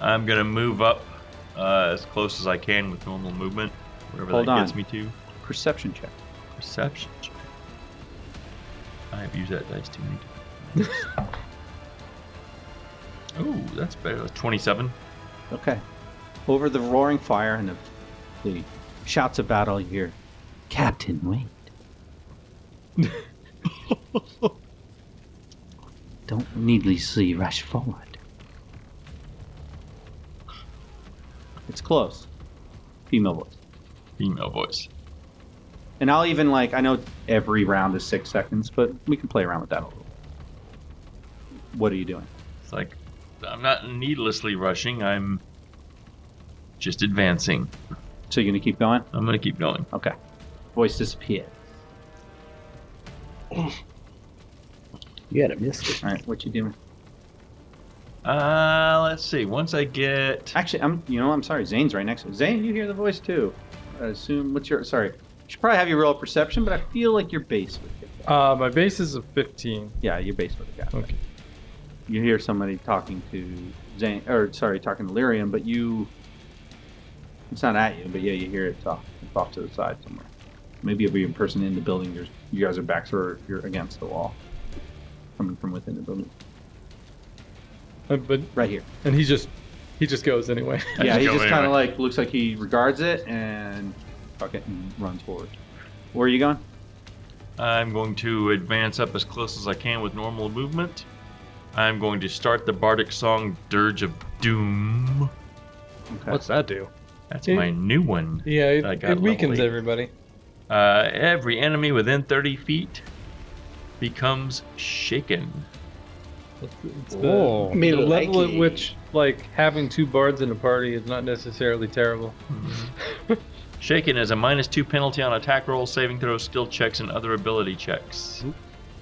Speaker 5: I'm gonna move up uh, as close as I can with normal movement, wherever
Speaker 1: Hold
Speaker 5: that
Speaker 1: on.
Speaker 5: gets me to.
Speaker 1: Perception check.
Speaker 5: Perception. check. I have used that dice too many [laughs] times. oh, that's better. That's 27.
Speaker 1: Okay. Over the roaring fire and the, the shouts of battle, you hear, Captain Wait. [laughs] Don't needlessly rush forward. It's close. Female voice.
Speaker 5: Female voice.
Speaker 1: And I'll even like I know every round is six seconds, but we can play around with that a little. What are you doing?
Speaker 5: It's like, I'm not needlessly rushing. I'm just advancing.
Speaker 1: So you're gonna keep going?
Speaker 5: I'm gonna keep going.
Speaker 1: Okay. Voice disappeared.
Speaker 3: You had a missed it.
Speaker 1: All right, what you doing?
Speaker 5: Uh, let's see. Once I get
Speaker 1: Actually, I'm. You know, I'm sorry. Zane's right next to Zane. You hear the voice too. I assume. What's your? Sorry. You should probably have your roll of perception, but I feel like your base would get that.
Speaker 2: Uh, my base is a 15.
Speaker 1: Yeah, your base would have got that.
Speaker 2: Okay.
Speaker 1: You hear somebody talking to Zane, or sorry, talking to Lyrium, but you. It's not at you, but yeah, you hear it off, it's off to the side somewhere. Maybe it'll be a person in the building. You're, you guys are backs or you're against the wall, coming from within the building,
Speaker 2: Uh, but
Speaker 1: right here.
Speaker 2: and he just he just goes anyway. [laughs]
Speaker 5: I
Speaker 1: yeah,
Speaker 5: just
Speaker 1: he
Speaker 5: go
Speaker 1: just kind of
Speaker 5: anyway.
Speaker 1: like looks like he regards it and fuck it and runs forward. Where are you going?
Speaker 5: I'm going to advance up as close as I can with normal movement. I'm going to start the bardic song Dirge of Doom.
Speaker 1: Okay.
Speaker 4: what's that do?
Speaker 5: That's
Speaker 2: It-
Speaker 5: my new one.
Speaker 2: yeah, it,
Speaker 5: I
Speaker 2: it
Speaker 5: got
Speaker 2: weakens
Speaker 5: level eight.
Speaker 2: everybody.
Speaker 5: Uh, every enemy within 30 feet becomes shaken.
Speaker 2: It's, it's the,
Speaker 4: Oh.
Speaker 2: the
Speaker 3: Me
Speaker 2: level at
Speaker 3: likey.
Speaker 2: which like having two bards in a party is not necessarily terrible.
Speaker 5: Shaken is a minus two penalty on attack rolls, saving throws, skill checks, and other ability checks.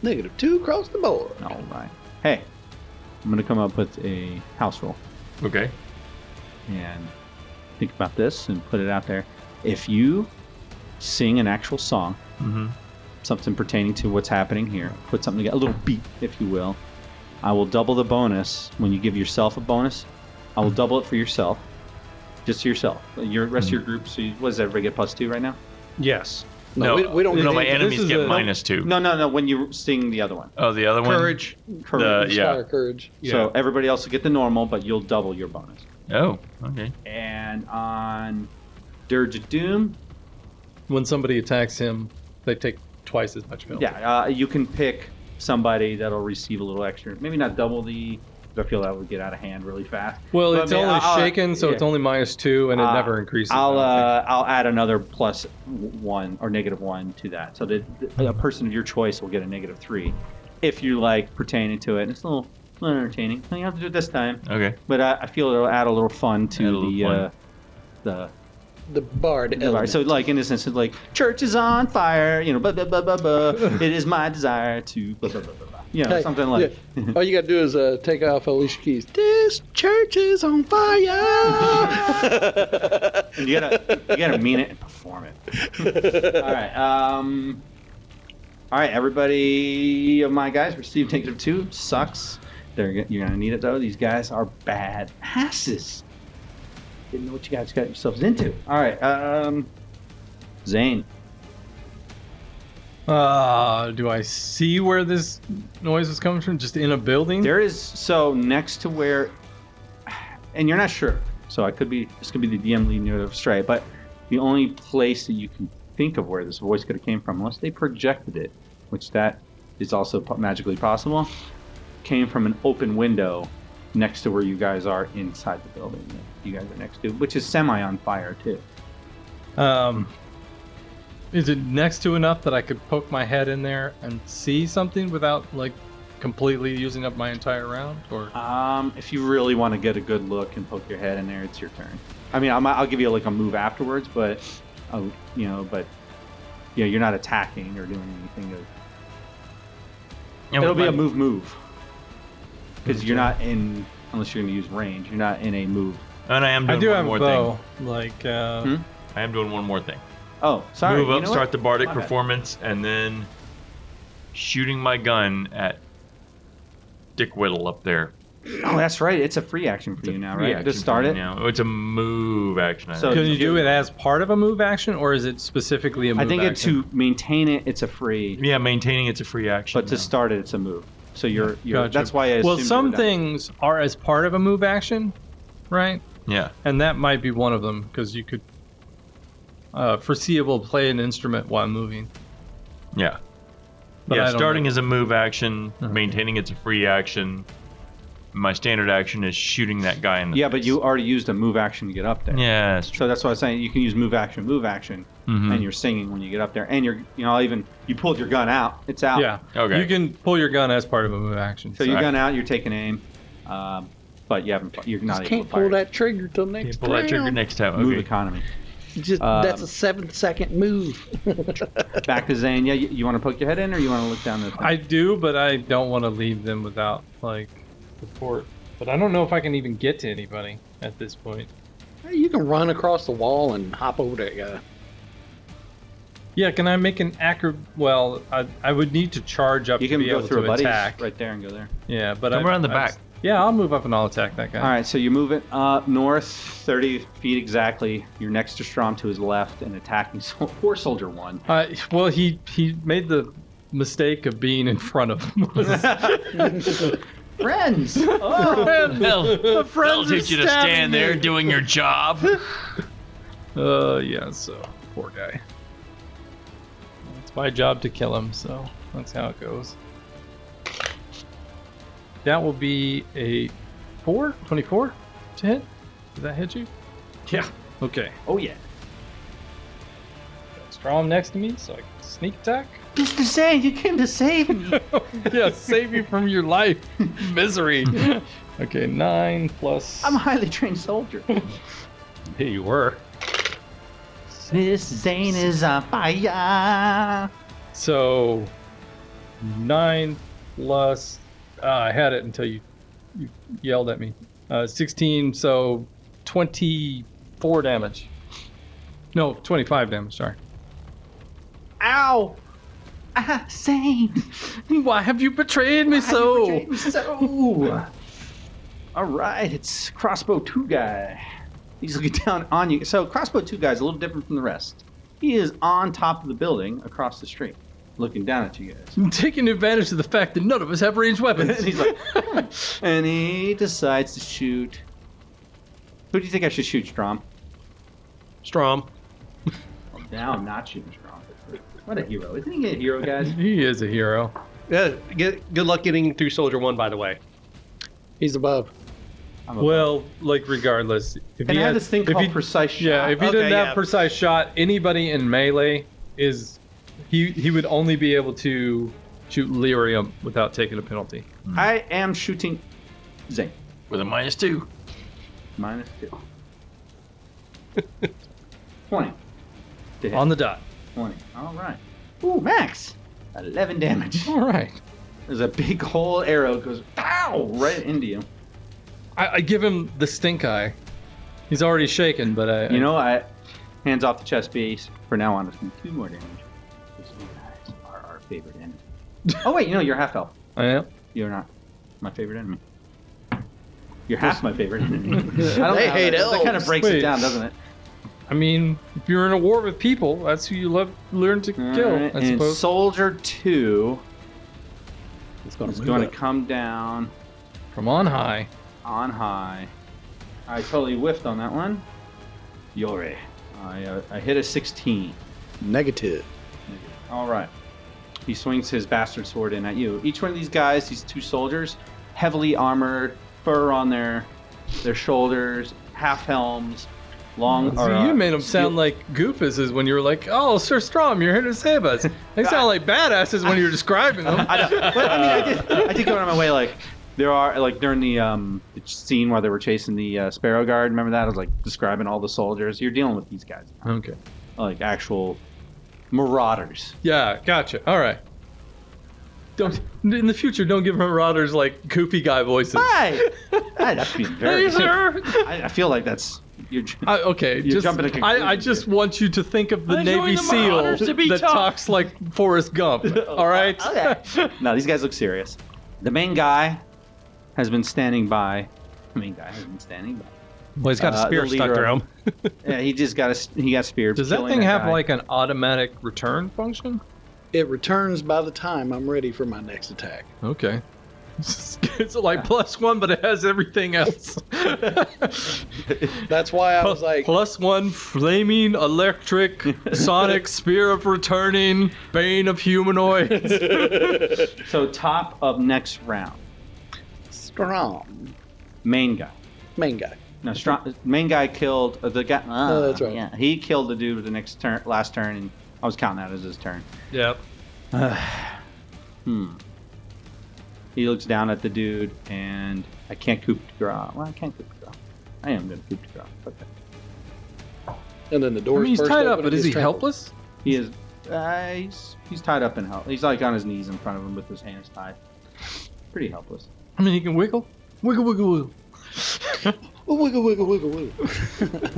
Speaker 3: Negative two across the board.
Speaker 1: All right. Hey, I'm gonna come up with a house rule
Speaker 5: Okay.
Speaker 1: and think about this and put it out there. If you sing an actual song,
Speaker 5: Mm-hmm.
Speaker 1: something pertaining to what's happening here, put something together, a little beat, if you will, I will double the bonus when you give yourself a bonus. I will double it for yourself, just to yourself. Your
Speaker 5: Hmm.
Speaker 1: rest of your group. So, you, what does everybody get plus two right now?
Speaker 4: Yes.
Speaker 3: No, we- we don't
Speaker 5: No,
Speaker 3: get
Speaker 5: my
Speaker 2: into- this
Speaker 5: enemies
Speaker 2: is
Speaker 5: get
Speaker 2: a-
Speaker 5: minus two.
Speaker 1: uh, No, no, no. When you sing the other one,
Speaker 5: Oh, the other one.
Speaker 4: Courage.
Speaker 5: The-
Speaker 1: correct.
Speaker 5: yeah.
Speaker 3: Fire courage.
Speaker 1: So everybody else will get the normal, but you'll double your bonus.
Speaker 5: Oh, okay.
Speaker 1: And on Dirge of Doom,
Speaker 2: When somebody attacks him, they take twice as much penalty.
Speaker 1: yeah, uh, you can pick somebody that'll receive a little extra. Maybe not double the. 'cause I feel that would get out of hand really fast.
Speaker 2: Well,
Speaker 1: But
Speaker 2: it's
Speaker 1: I mean,
Speaker 2: only
Speaker 1: I'll- I'll-
Speaker 2: shaken, so it's
Speaker 1: yeah.
Speaker 2: only minus two, and it
Speaker 1: Uh,
Speaker 2: never increases. I
Speaker 1: I'll
Speaker 2: don't think.
Speaker 1: uh, I'll add another plus w- one or negative one to that. So that a person of your choice will get a negative three, if you like pertaining to it. And it's a little, a little entertaining. You have to do it this time,
Speaker 5: Okay.
Speaker 1: but I, I feel it'll add a little fun to
Speaker 5: Add a little
Speaker 1: the
Speaker 5: fun.
Speaker 1: Uh, the
Speaker 3: The bard.
Speaker 1: All right,
Speaker 3: element.
Speaker 1: so like in this instance, like church is on fire, you know, blah blah blah blah blah. it is my desire to blah blah blah blah. blah. You know,
Speaker 3: Hey,
Speaker 1: something like
Speaker 3: All you gotta do is uh, take off Alicia Keys. This church is
Speaker 1: [laughs]
Speaker 3: on fire.
Speaker 1: you gotta you gotta mean it and perform it. All right, um, All right, everybody of my guys received negative two. Sucks. They're g- you're gonna need it though. These guys are bad asses. Didn't know what you guys got yourselves into. All right, um, Zane.
Speaker 2: Uh, do I see where this noise was coming from? Just in a building?
Speaker 1: There is so next to where, and you're not sure. So I could be this could be the DM leading you astray, but the only place that you can think of where this voice could have came from, unless they projected it, which that is also po- magically possible, came from an open window next to where you guys are inside the building that you guys are next to, which is semi on fire too.
Speaker 2: Um, is it next to enough that I could poke my head in there and see something without like completely using up my entire round? Or
Speaker 1: Um, if you really want to get a good look and poke your head in there, it's your turn. I mean, I'm, I'll give you like a move afterwards, but uh, you know, but you know, you're not attacking or doing anything. To,
Speaker 5: And
Speaker 1: it'll
Speaker 5: with
Speaker 1: be
Speaker 5: my-
Speaker 1: a move move because you're not in unless you're going to use range. You're not in a move.
Speaker 5: And I am
Speaker 2: I
Speaker 5: doing
Speaker 2: do
Speaker 5: one
Speaker 2: have
Speaker 5: more
Speaker 2: a bow. Like, uh,
Speaker 1: Hmm?
Speaker 5: thing. I am doing one more thing.
Speaker 1: Oh, sorry.
Speaker 5: Move
Speaker 1: you
Speaker 5: up,
Speaker 1: know what?
Speaker 5: start the bardic
Speaker 1: My bad.
Speaker 5: performance, and then shooting my gun at Dick Whittle up there.
Speaker 1: Oh, that's right. It's a free action for you now, right?
Speaker 5: Reaction
Speaker 1: Just start
Speaker 5: for
Speaker 1: it.
Speaker 5: me Now. Oh, It's a move action. I
Speaker 1: So-
Speaker 5: think.
Speaker 2: can you do it as part of a move action, or is it specifically a move
Speaker 1: I think it,
Speaker 2: action?
Speaker 1: to maintain it, it's a free,
Speaker 5: yeah, maintaining it's a free action.
Speaker 1: but to
Speaker 5: now.
Speaker 1: start it, it's a move. So you're, you're
Speaker 2: Gotcha.
Speaker 1: that's why I
Speaker 2: Well,
Speaker 1: assumed you were
Speaker 2: some
Speaker 1: done.
Speaker 2: things are as part of a move action, right?
Speaker 5: yeah,
Speaker 2: And that might be one of them because you could uh, foreseeable play an instrument while moving.
Speaker 5: yeah,
Speaker 2: But I
Speaker 5: yeah.
Speaker 2: don't
Speaker 5: Starting
Speaker 2: know.
Speaker 5: is a move action.
Speaker 2: Uh-huh.
Speaker 5: Maintaining it's a free action. My standard action is shooting that guy in the
Speaker 1: Yeah, but
Speaker 5: face.
Speaker 1: you already used a move action to get up there.
Speaker 5: Yeah, that's true.
Speaker 1: So that's why I was saying you can use move action, move action,
Speaker 5: Mhm.
Speaker 2: Hmm.
Speaker 1: and you're singing when you get up there, and you're you know I'll even you pulled your gun out, it's out.
Speaker 2: Yeah.
Speaker 5: Okay.
Speaker 2: You can pull your gun as part of a move action.
Speaker 1: So your
Speaker 5: Sorry.
Speaker 1: gun out, you're taking aim, um, but you haven't you're not
Speaker 3: Just
Speaker 1: able
Speaker 3: can't
Speaker 1: to fire.
Speaker 3: pull that trigger till
Speaker 5: Yeah,
Speaker 3: next
Speaker 5: pull that trigger
Speaker 3: round.
Speaker 5: next time.
Speaker 1: Move
Speaker 5: [laughs] Okay.
Speaker 1: economy.
Speaker 3: Just
Speaker 1: Um,
Speaker 3: that's a seven-second move.
Speaker 1: Back to Zane. Yeah, you, you want to poke your head in, or you want to look down the? Thing?
Speaker 2: I do, but I don't want to leave them without like support. But I don't know if I can even get to anybody at this point.
Speaker 3: Hey, you can run across the wall and hop over that guy.
Speaker 2: Yeah, can I make an acro? Well, I, I would need to charge up
Speaker 1: you
Speaker 2: to
Speaker 1: can
Speaker 2: be
Speaker 1: go
Speaker 2: able
Speaker 1: through
Speaker 2: to
Speaker 1: a buddy
Speaker 2: attack.
Speaker 1: right there and go there.
Speaker 2: Yeah, but
Speaker 5: Come
Speaker 2: I,
Speaker 5: around the
Speaker 2: I-
Speaker 5: back.
Speaker 2: yeah, I'll move up and I'll attack that guy.
Speaker 1: All right, so you're moving uh, north, 30 feet exactly. You're next to Strom to his left and attacking [laughs] so- poor soldier one.
Speaker 2: Uh, well, he he made the mistake of being in front
Speaker 1: [laughs]
Speaker 2: of us. [laughs]
Speaker 1: Friends.
Speaker 5: They'll,
Speaker 2: The
Speaker 5: they'll
Speaker 2: friends are
Speaker 5: teach you to
Speaker 2: stabbing
Speaker 5: stand there
Speaker 2: me.
Speaker 5: doing
Speaker 1: [laughs]
Speaker 5: your job.
Speaker 2: Uh, yeah. So poor guy. It's my job to kill him, so that's how it goes. That will be a four, 24 to hit. Did that hit you?
Speaker 1: Yeah.
Speaker 2: Okay.
Speaker 1: Oh yeah.
Speaker 2: Strom next to me, so I can sneak attack.
Speaker 1: Mr. Zane, you came to save me.
Speaker 2: [laughs] yeah, save you from your life [laughs] misery. [laughs] okay, nine plus.
Speaker 1: I'm a highly trained soldier.
Speaker 2: Hey, you were.
Speaker 1: Miss Zane is on fire.
Speaker 2: So nine plus ah, I had it until you, you yelled at me. Uh, Sixteen, so twenty-four damage. No, twenty-five
Speaker 1: [laughs]
Speaker 2: damage. Sorry.
Speaker 1: Ow! Ah, Zane!
Speaker 2: Why have you betrayed me
Speaker 1: How you betrayed me so. All right, it's crossbow two guy. He's looking down on you. So crossbow two guy is a little different from the rest. He is on top of the building across the street, looking down at you guys. [laughs]
Speaker 2: I'm taking advantage of the fact that none of us have ranged weapons.
Speaker 1: He's like, [laughs] and he decides to shoot. Who do you think I should shoot, Strom?
Speaker 4: Strom.
Speaker 1: Now I'm not shooting Strom. What a hero! Isn't he a hero,
Speaker 5: [laughs]
Speaker 1: guys?
Speaker 2: he is a hero.
Speaker 4: Yeah, get, good luck getting through Soldier One, by the [laughs] way.
Speaker 3: He's above.
Speaker 1: I'm a-
Speaker 2: Well, like regardless, if
Speaker 1: and
Speaker 2: he
Speaker 1: I
Speaker 2: had
Speaker 1: have this thing
Speaker 2: if
Speaker 1: called
Speaker 2: he-
Speaker 1: precise shot.
Speaker 2: Yeah, if he
Speaker 4: Okay,
Speaker 2: didn't have
Speaker 4: yeah.
Speaker 2: precise shot, anybody in melee is he he would only be able to shoot Lyrium without taking a penalty.
Speaker 1: I am shooting Zane.
Speaker 5: With a minus two.
Speaker 1: Minus two.
Speaker 2: [laughs]
Speaker 1: 20. To hit.
Speaker 2: On the dot.
Speaker 1: 20. All right. Ooh, max. 11 damage.
Speaker 2: All right.
Speaker 1: There's a big whole arrow goes pow right into you.
Speaker 2: I, I give him the stink eye. He's already shaken, but I
Speaker 1: You know, I hands off the chest piece. For now on, it's gonna be two more damage. These guys are favorite
Speaker 2: [laughs]
Speaker 1: enemy. oh wait, no, you're half elf.
Speaker 2: I am.
Speaker 1: You're not my favorite enemy. You're half my favorite enemy. [laughs] I don't know how
Speaker 3: They hate
Speaker 1: that, That kind of
Speaker 3: elves.
Speaker 1: breaks it
Speaker 2: Wait.
Speaker 1: down, doesn't it?
Speaker 2: I mean, if you're in a war with people, that's who you love learn to kill.
Speaker 1: Alright,
Speaker 2: I
Speaker 1: and
Speaker 2: suppose.
Speaker 1: Soldier Two
Speaker 3: It's going
Speaker 1: is
Speaker 3: to
Speaker 1: going to come down
Speaker 2: From on high.
Speaker 1: on high. I totally whiffed on that one. Yore, I uh, I hit a 16.
Speaker 3: Negative.
Speaker 1: All right. He swings his bastard sword in at you. Each one of these guys, these two soldiers, heavily armored, fur on their their shoulders, half helms, long.
Speaker 2: So
Speaker 1: or, uh,
Speaker 2: you made them sound like goofuses when you were like, "Oh, Sir Strom, you're here to
Speaker 1: [laughs]
Speaker 2: save us." They sound like badasses when you were describing them.
Speaker 1: I, know, but, I mean, I did, I did go out of my way. Like there are like during the um the scene where they were chasing the uh, Sparrow Guard. Remember that? I was like describing all the soldiers. You're dealing with these guys,
Speaker 2: okay.
Speaker 1: like actual
Speaker 2: [laughs]
Speaker 1: marauders.
Speaker 2: Yeah, gotcha. All right. Don't in the future. Don't give marauders like goofy guy voices.
Speaker 1: Hi. Hi, that's
Speaker 2: [laughs]
Speaker 1: being very.
Speaker 2: Hey, sir.
Speaker 1: [laughs] I, I feel like that's you're.
Speaker 2: [laughs] I, okay,
Speaker 1: You're
Speaker 2: just,
Speaker 1: jumping to
Speaker 2: I, I
Speaker 1: conclusions
Speaker 2: just want you to think of the
Speaker 5: I joined
Speaker 2: Navy
Speaker 5: the
Speaker 2: SEAL
Speaker 5: Marauders to be
Speaker 2: that
Speaker 5: tough.
Speaker 2: talks like
Speaker 1: [laughs]
Speaker 2: Forrest Gump. All right.
Speaker 1: okay. No, these guys look serious. The main guy has been standing by. The main guy has been standing by.
Speaker 2: well, he's
Speaker 1: got a Uh, spear the stuck leader through
Speaker 2: him.
Speaker 1: Yeah, he just got a, he got speared.
Speaker 2: Does that
Speaker 1: killing
Speaker 2: thing have
Speaker 1: guy.
Speaker 2: like an automatic return function?
Speaker 3: It returns by the time I'm ready for my next attack.
Speaker 2: Okay. [laughs] It's like plus one, but it has
Speaker 1: [laughs]
Speaker 2: everything else.
Speaker 3: That's why I was like,
Speaker 2: plus one
Speaker 1: [laughs]
Speaker 2: flaming electric sonic spear of returning bane
Speaker 1: [laughs]
Speaker 2: of humanoids.
Speaker 1: so top of next round?
Speaker 3: strong.
Speaker 1: Main guy.
Speaker 3: Main guy.
Speaker 1: No, strong, main guy killed uh, the guy. Uh,
Speaker 3: Oh, that's right.
Speaker 1: Yeah, he killed the dude with the next turn, last turn, and I was counting that as his turn.
Speaker 2: yep.
Speaker 1: Hmm. He looks down at the dude, and I can't coup de grace. Well, I can't coup de grace. I am going to coup de grace. Okay.
Speaker 3: And then the
Speaker 2: I
Speaker 3: door's
Speaker 2: mean, he's
Speaker 3: burst
Speaker 2: tied
Speaker 3: open
Speaker 2: up, but
Speaker 3: and
Speaker 2: is he
Speaker 3: he's trampled.
Speaker 2: helpless?
Speaker 1: He is. Uh, he's, he's tied up in hell. He's like on his knees in front of him with his hands tied. Pretty helpless.
Speaker 2: I mean, he can wiggle. Wiggle, wiggle, wiggle.
Speaker 3: Ooh, wiggle, wiggle, wiggle,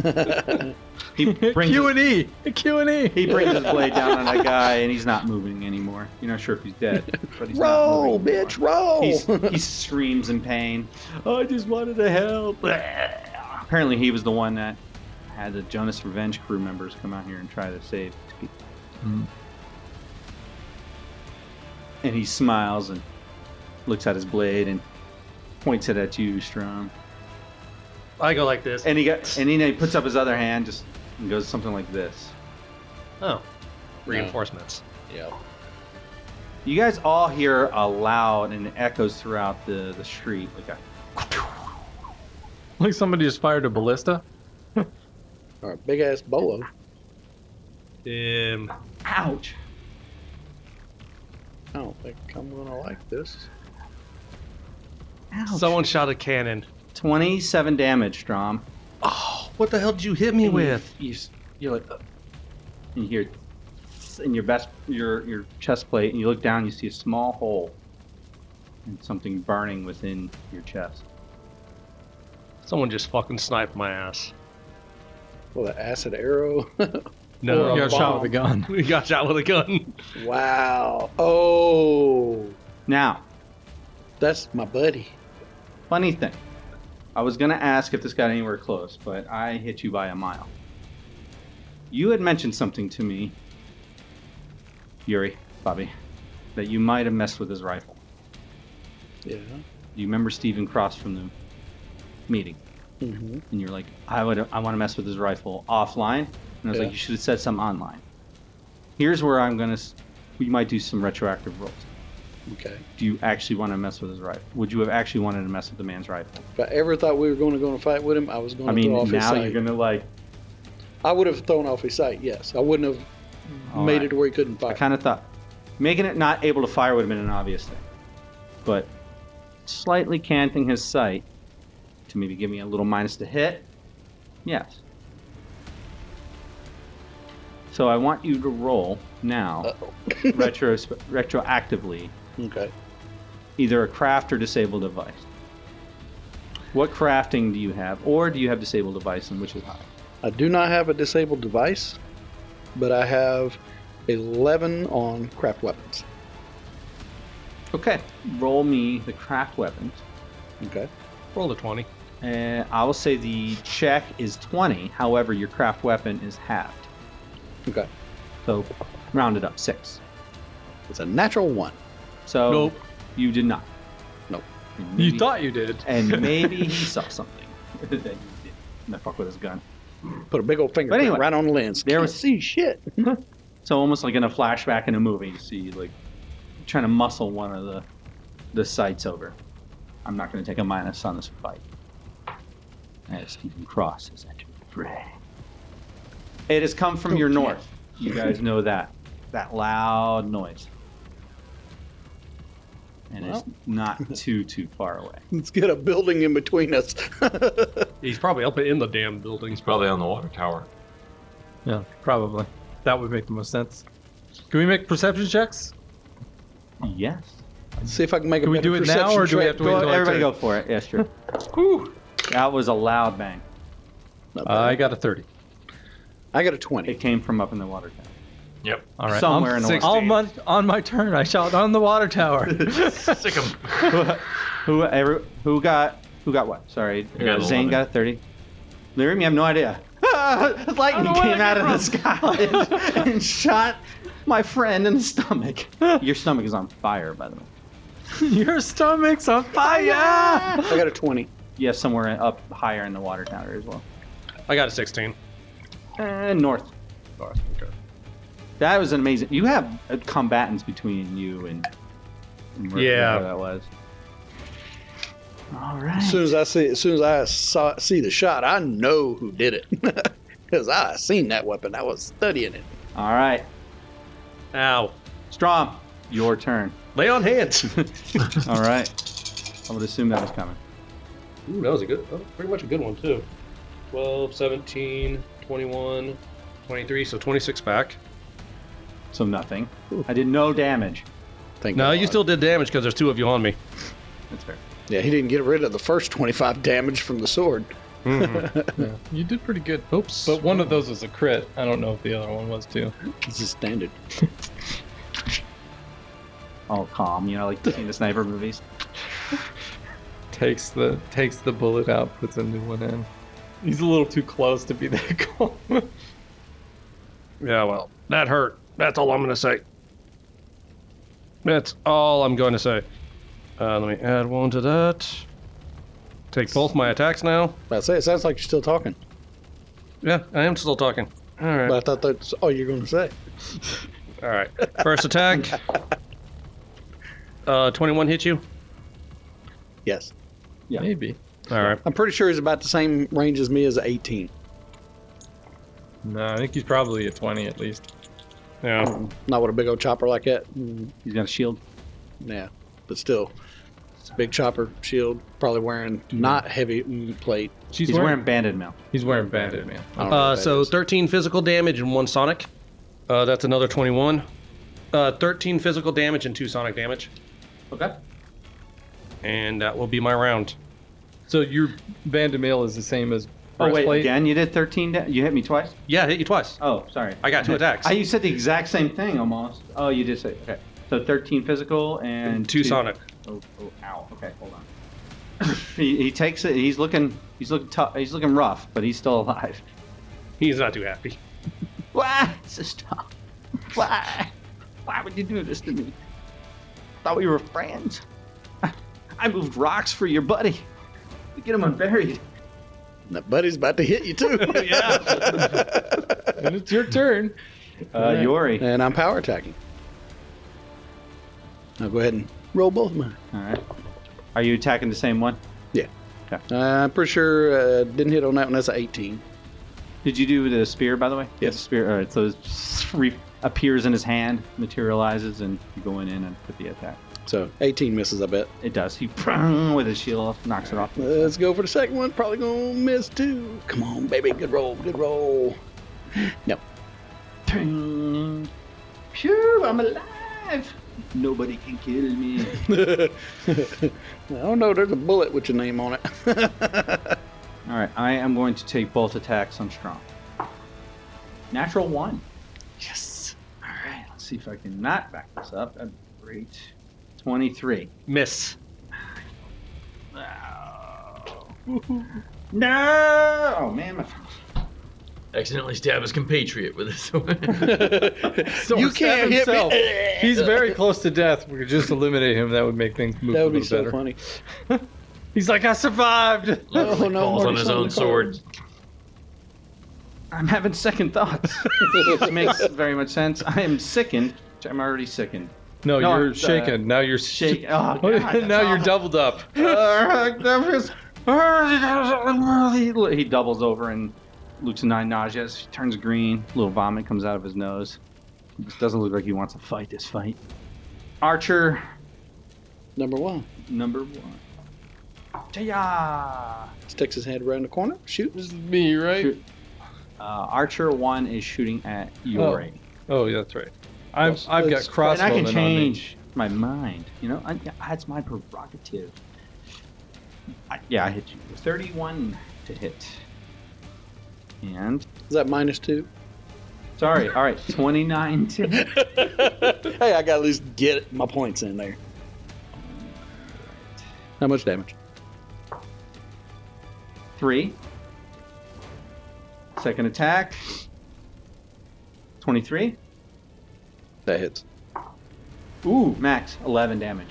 Speaker 3: [laughs] wiggle. [laughs]
Speaker 1: He brings,
Speaker 2: Q and E. Q and E.
Speaker 1: he brings his blade down on
Speaker 3: [laughs]
Speaker 1: that guy, and he's not moving anymore. You're not sure if he's dead, but he's not
Speaker 3: roll,
Speaker 1: moving anymore.
Speaker 3: bitch, roll.
Speaker 1: He's, he screams in pain. Oh. I just wanted to help. Apparently, he was the one that had the Jonas Revenge crew members come out here and try to save. people.
Speaker 2: Hmm.
Speaker 1: And he smiles and looks at his blade and points it at you, Strom.
Speaker 4: I go like this.
Speaker 1: And he got and then he puts up his other hand, just and goes something like this.
Speaker 4: Oh, reinforcements.
Speaker 3: yeah.
Speaker 1: You guys all hear a loud and it echoes throughout the the street like a
Speaker 2: Like somebody just fired a ballista.
Speaker 3: All right, big ass bolo.
Speaker 4: Um,
Speaker 1: ouch.
Speaker 3: I don't think I'm gonna like this.
Speaker 1: Ouch.
Speaker 4: someone shot a cannon.
Speaker 1: 27 damage, Strom.
Speaker 4: Oh, what the hell did you hit me
Speaker 1: And you-
Speaker 4: with?
Speaker 1: You, s- you're like, "Ugh." and you hear, "Tss," in your best, your your chest plate, and you look down, you see a small hole, and something burning within your chest.
Speaker 4: Someone just fucking sniped my ass.
Speaker 3: Well, the acid arrow. [laughs]
Speaker 4: No,
Speaker 3: Or
Speaker 2: He got shot
Speaker 3: bomb.
Speaker 2: with a gun.
Speaker 4: [laughs] we got shot with a gun.
Speaker 3: wow. Oh,
Speaker 1: Now,
Speaker 3: that's my buddy.
Speaker 1: funny thing, I was gonna ask if this got anywhere close, but I hit you by a mile. You had mentioned something to me, Yuri, Bobby, that you might have messed with his rifle.
Speaker 3: Yeah.
Speaker 1: You remember Stephen Cross from the meeting?
Speaker 3: Mm-hmm.
Speaker 1: and you're like, I would, I want to mess with his rifle offline, and I was
Speaker 3: Yeah.
Speaker 1: like, you should have said some online. Here's where I'm gonna, s- we might do some retroactive rules.
Speaker 3: Okay.
Speaker 1: Do you actually want to mess with his rifle? Would you have actually wanted to mess with the man's rifle?
Speaker 3: If I ever thought we were going to go to fight with him, I was going
Speaker 1: I
Speaker 3: to
Speaker 1: mean,
Speaker 3: throw off his
Speaker 1: now
Speaker 3: sight.
Speaker 1: you're gonna like,
Speaker 3: I would have thrown off his sight. Yes, I wouldn't have
Speaker 1: All
Speaker 3: made
Speaker 1: right.
Speaker 3: it to where he couldn't
Speaker 1: I
Speaker 3: fire.
Speaker 1: kind of thought making it not able to fire would have been an obvious thing, but slightly canting his sight to maybe give me a little minus to hit. Yes. So I want you to roll now.
Speaker 3: Uh-oh.
Speaker 1: retro retroactively
Speaker 3: Okay.
Speaker 1: either a craft or disabled device. What crafting do you have, or do you have disabled device, and which is high?
Speaker 3: I do not have a disabled device, but I have 11 on craft weapons.
Speaker 1: Okay. Roll me the craft weapons.
Speaker 3: Okay.
Speaker 4: Roll a 20.
Speaker 1: And Uh, I will say the check is 20. However, your craft weapon is halved.
Speaker 3: Okay.
Speaker 1: So round it up, six.
Speaker 3: It's a natural one.
Speaker 1: So
Speaker 4: Nope.
Speaker 1: you did not.
Speaker 3: Nope.
Speaker 1: And
Speaker 2: You
Speaker 1: maybe-
Speaker 2: thought you did. [laughs]
Speaker 1: And maybe he saw something. [laughs] that you did. That fuck with his gun.
Speaker 3: Put a big old finger
Speaker 1: But anyway,
Speaker 3: right on the lens.
Speaker 1: there
Speaker 3: Can't
Speaker 1: was-
Speaker 3: see shit. [laughs]
Speaker 1: So almost like in a flashback in a movie, you see like trying to muscle one of the the sights over. I'm not going to take a minus on this fight. As Stephen Cross has entered the fray. It has come from your north. You guys know [laughs] that that loud noise, and it's [laughs] not too too far away.
Speaker 3: Let's get a building in between us.
Speaker 4: He's probably up in the damn buildings.
Speaker 6: He's probably on the water tower.
Speaker 2: Yeah, probably. That would make the most sense. Can we make perception checks?
Speaker 1: Yes.
Speaker 3: see if I can make
Speaker 2: Can
Speaker 3: a
Speaker 2: we
Speaker 3: better
Speaker 2: do it now, or
Speaker 3: perception
Speaker 2: do we
Speaker 3: check.
Speaker 2: have to wait
Speaker 1: Go,
Speaker 2: until I
Speaker 1: everybody,
Speaker 2: turn?
Speaker 1: go for it. Yes, [laughs] sure.
Speaker 4: [laughs]
Speaker 1: that was a loud bang.
Speaker 3: Not
Speaker 2: Uh,
Speaker 3: bad.
Speaker 2: I got a thirty.
Speaker 3: I got a 20.
Speaker 1: It came from up in the water tower.
Speaker 6: Yep.
Speaker 2: All right.
Speaker 1: Somewhere
Speaker 2: I'm
Speaker 1: in the
Speaker 2: six-
Speaker 1: water.
Speaker 2: on my, on my turn, I shot on the
Speaker 1: [laughs]
Speaker 2: water tower. [laughs]
Speaker 6: Sick 'em.
Speaker 1: who every, who got who got what? Sorry,
Speaker 6: I got
Speaker 1: Uh, Zane
Speaker 6: 11.
Speaker 1: got a thirty. Lyrium, you have no idea. [laughs] Ah, Lightning came out of the sky [laughs] and, and shot my friend in the stomach. Your stomach is on fire, by the way.
Speaker 2: Your stomach's on fire.
Speaker 3: I got a 20.
Speaker 1: Yeah, somewhere up higher in the water tower as well.
Speaker 4: I got a 16.
Speaker 1: And north. North. Okay. That was an amazing. You have uh, combatants between you and, and where-
Speaker 4: Yeah.
Speaker 1: wherever that was. All right.
Speaker 3: As soon as I see, as soon as I saw, see the shot, I know who did it. [laughs] Because I seen that weapon. I was studying it.
Speaker 1: All right,
Speaker 4: Ow.
Speaker 1: Strom, your turn.
Speaker 4: Lay on hands. [laughs]
Speaker 1: All right. I would assume that was coming.
Speaker 4: Ooh, that was a good, that was pretty much a good one, too. 12, 17, 21, 23, so 26 back.
Speaker 1: So nothing. I did no damage.
Speaker 3: Thank
Speaker 4: No, you
Speaker 3: God.
Speaker 4: still did damage because there's two of you on me.
Speaker 1: That's fair.
Speaker 3: Yeah, he didn't get rid of the first 25 damage from the sword.
Speaker 2: Yeah, you did pretty good.
Speaker 4: Oops.
Speaker 2: But one of those was a crit. I don't know if the other one was too.
Speaker 3: This is standard.
Speaker 1: All calm, you know, like you see in the sniper movies.
Speaker 2: Takes the takes the bullet out, puts a new one in. He's a little too close to be that [laughs] calm.
Speaker 4: Yeah, well, that hurt. That's all I'm going to say. That's all I'm going to say. Uh, let me add one to that. Take both my attacks now.
Speaker 3: I say, it sounds like you're still talking.
Speaker 4: Yeah, I am still talking. All right.
Speaker 3: But I thought that's all you're going to say.
Speaker 4: all right. First attack. [laughs] Uh, 21 hit you?
Speaker 3: Yes.
Speaker 1: Yeah.
Speaker 2: Maybe.
Speaker 4: All right.
Speaker 3: I'm pretty sure he's about the same range as me as 18.
Speaker 2: No, I think he's probably a twenty at least.
Speaker 4: Yeah.
Speaker 3: Not with a big old chopper like that. Mm,
Speaker 1: He's got a shield.
Speaker 3: yeah, but still. It's a big chopper, shield, probably wearing not heavy mm, plate.
Speaker 2: She's
Speaker 1: He's wearing banded mail.
Speaker 2: he's wearing bandit man.
Speaker 3: I don't know
Speaker 4: Uh,
Speaker 3: what that
Speaker 4: so
Speaker 3: is.
Speaker 4: 13 physical damage and one sonic. Uh, that's another 21. Uh, 13 physical damage and two sonic damage.
Speaker 1: Okay.
Speaker 4: And that will be my round.
Speaker 2: So your bandit mail is the same as
Speaker 1: Oh wait,
Speaker 2: [laughs] breastplate?
Speaker 1: again? You did thirteen. Da- you hit me twice.
Speaker 4: Yeah, I hit you twice.
Speaker 1: Oh, sorry.
Speaker 4: I got two attacks.
Speaker 1: I, you said the exact same thing almost. Oh, you did say okay. So thirteen physical and
Speaker 4: two sonic.
Speaker 1: Oh, oh, ow. Okay, hold on. [laughs] he, he takes it. He's looking. He's looking tough. He's looking rough, but he's still alive.
Speaker 4: He's not too happy.
Speaker 1: Why? Stop. Why? Why would you do this to me? Thought we were friends. I moved rocks for your buddy. We get him unburied.
Speaker 3: And that buddy's about to hit you
Speaker 4: [laughs]
Speaker 3: too. [laughs]
Speaker 2: and it's your turn.
Speaker 1: Uh, Yori.
Speaker 3: And I'm power attacking. Now go ahead and roll both of mine.
Speaker 1: All right. Are you attacking the same one?
Speaker 3: Uh, I'm pretty sure uh, didn't hit on that one. That's an 18.
Speaker 1: Did you do the spear, by the way?
Speaker 3: Yes.
Speaker 1: The spear. All right. So it re- appears in his hand, materializes, and you go in and put the attack.
Speaker 3: So 18 misses, I bet.
Speaker 1: It does. He [laughs] with his shield off, knocks it off.
Speaker 3: Let's go for the second one. Probably gonna miss too. Come on, baby. Good roll. Good roll. [laughs]
Speaker 1: Ping. Phew! I'm alive. Nobody can kill me.
Speaker 3: oh no, there's a bullet with your name on it. [laughs]
Speaker 1: All right, I am going to take both attacks on Strong. Natural one.
Speaker 3: yes.
Speaker 1: All right, let's see if I can not back this up. That'd be great. 23.
Speaker 4: Miss.
Speaker 1: No! Oh, man. My...
Speaker 6: Accidentally stab his [laughs] compatriot with
Speaker 1: [laughs]
Speaker 6: this one.
Speaker 3: you can't hit
Speaker 2: himself.
Speaker 3: me. [laughs]
Speaker 2: He's very close to death. We could just eliminate him. That would make things move
Speaker 3: That
Speaker 2: a
Speaker 3: would be
Speaker 2: little
Speaker 3: so
Speaker 2: better.
Speaker 3: funny.
Speaker 2: He's like, I survived.
Speaker 3: Oh,
Speaker 6: He
Speaker 3: no,
Speaker 6: Falls
Speaker 3: Marty's
Speaker 6: on his
Speaker 3: on the
Speaker 6: own
Speaker 1: [laughs]
Speaker 3: card.
Speaker 6: sword.
Speaker 1: I'm having second thoughts. this makes very much sense. I am sickened. which I'm already sickened.
Speaker 2: No,
Speaker 1: No,
Speaker 2: you're
Speaker 1: I'm, uh,
Speaker 2: shaken. Now you're [laughs]
Speaker 1: Shake.
Speaker 2: shaken.
Speaker 1: Oh, God,
Speaker 2: now you're
Speaker 1: that's [laughs]
Speaker 2: doubled up.
Speaker 1: awful. he doubles over and Luke's nine nauseous. He turns green. A little vomit comes out of his nose. It just doesn't look like he wants to fight this fight. Archer
Speaker 3: Number one.
Speaker 1: number one. Taya!
Speaker 3: Sticks his head around the corner, shoots.
Speaker 2: This is me, right?
Speaker 1: Shoot. Uh, Archer one is shooting at Yuri.
Speaker 2: Oh, yeah, that's right. I'm,
Speaker 3: Yes,
Speaker 2: I've got
Speaker 3: that's-
Speaker 1: and I
Speaker 2: crossbowmen
Speaker 1: can
Speaker 2: on me.
Speaker 1: change my mind. You know, I, that's my prerogative. I, yeah, I hit you. 31 to hit. And,
Speaker 3: Is that
Speaker 1: [laughs]
Speaker 3: minus two?
Speaker 1: sorry, all right, 29 to hit.
Speaker 3: hey, I got at least get my points in there. How much damage?
Speaker 1: 3. Second attack. 23.
Speaker 3: That hits.
Speaker 1: Ooh, max, 11 damage.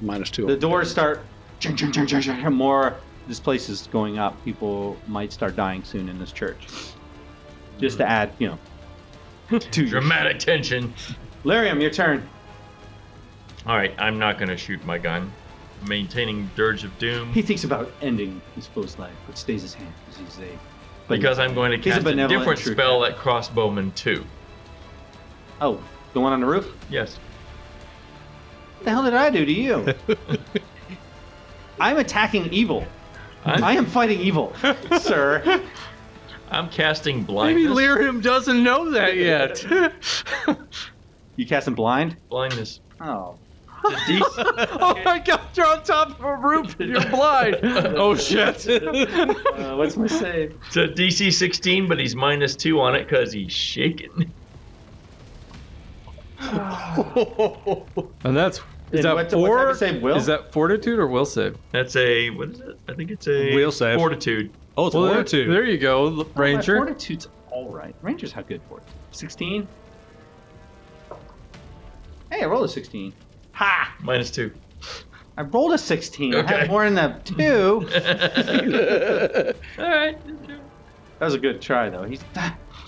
Speaker 3: Minus two.
Speaker 1: The doors start. ching, ching, ching, ching, ching, More. This place is going up. People might start dying soon in this church. Just to add, you know. to your-
Speaker 6: Dramatic tension.
Speaker 1: Larium, your turn.
Speaker 6: All right, I'm not gonna shoot my gun. Maintaining dirge of doom
Speaker 1: He thinks about ending his foe's life, but stays his hand because he's a.
Speaker 6: because I'm going to
Speaker 1: He's a
Speaker 6: cast a,
Speaker 1: benevolent
Speaker 6: different
Speaker 1: true
Speaker 6: spell at crossbowmen too.
Speaker 1: Oh, the one on the roof?
Speaker 6: Yes.
Speaker 1: What the hell did I do to you? I'm attacking evil.
Speaker 6: I'm,
Speaker 1: I am fighting
Speaker 2: [laughs]
Speaker 1: evil, sir.
Speaker 6: I'm casting
Speaker 2: Maybe
Speaker 6: blindness.
Speaker 2: Lyrium doesn't know
Speaker 5: [laughs]
Speaker 1: [laughs]
Speaker 2: that yet.
Speaker 1: You cast him blind?
Speaker 6: [laughs] blindness.
Speaker 1: Oh.
Speaker 2: oh my god, you're on top of a roof and you're blind. Oh [laughs] shit.
Speaker 1: [laughs] Uh, what's my save?
Speaker 2: [sighs]
Speaker 6: It's a DC 16, but he's minus two on it because he's shaken.
Speaker 2: and that's is
Speaker 1: And
Speaker 2: that
Speaker 1: what- what's that
Speaker 2: four?
Speaker 1: to save, will?
Speaker 2: Is that fortitude or will save?
Speaker 6: That's a what is it? I think it's a
Speaker 4: Will save.
Speaker 6: fortitude.
Speaker 4: Oh, it's
Speaker 2: Well, there,
Speaker 4: fortitude.
Speaker 2: there you go,
Speaker 1: My
Speaker 2: Ranger.
Speaker 1: fortitude's all right. Rangers have good fortitude. 16? Hey, I rolled a 16. Ha!
Speaker 6: Minus
Speaker 1: [laughs]
Speaker 6: two. [laughs]
Speaker 1: I rolled a 16. I had
Speaker 6: Okay.
Speaker 1: more than a 2.
Speaker 2: [laughs]
Speaker 6: All right.
Speaker 1: That was a good try, though. He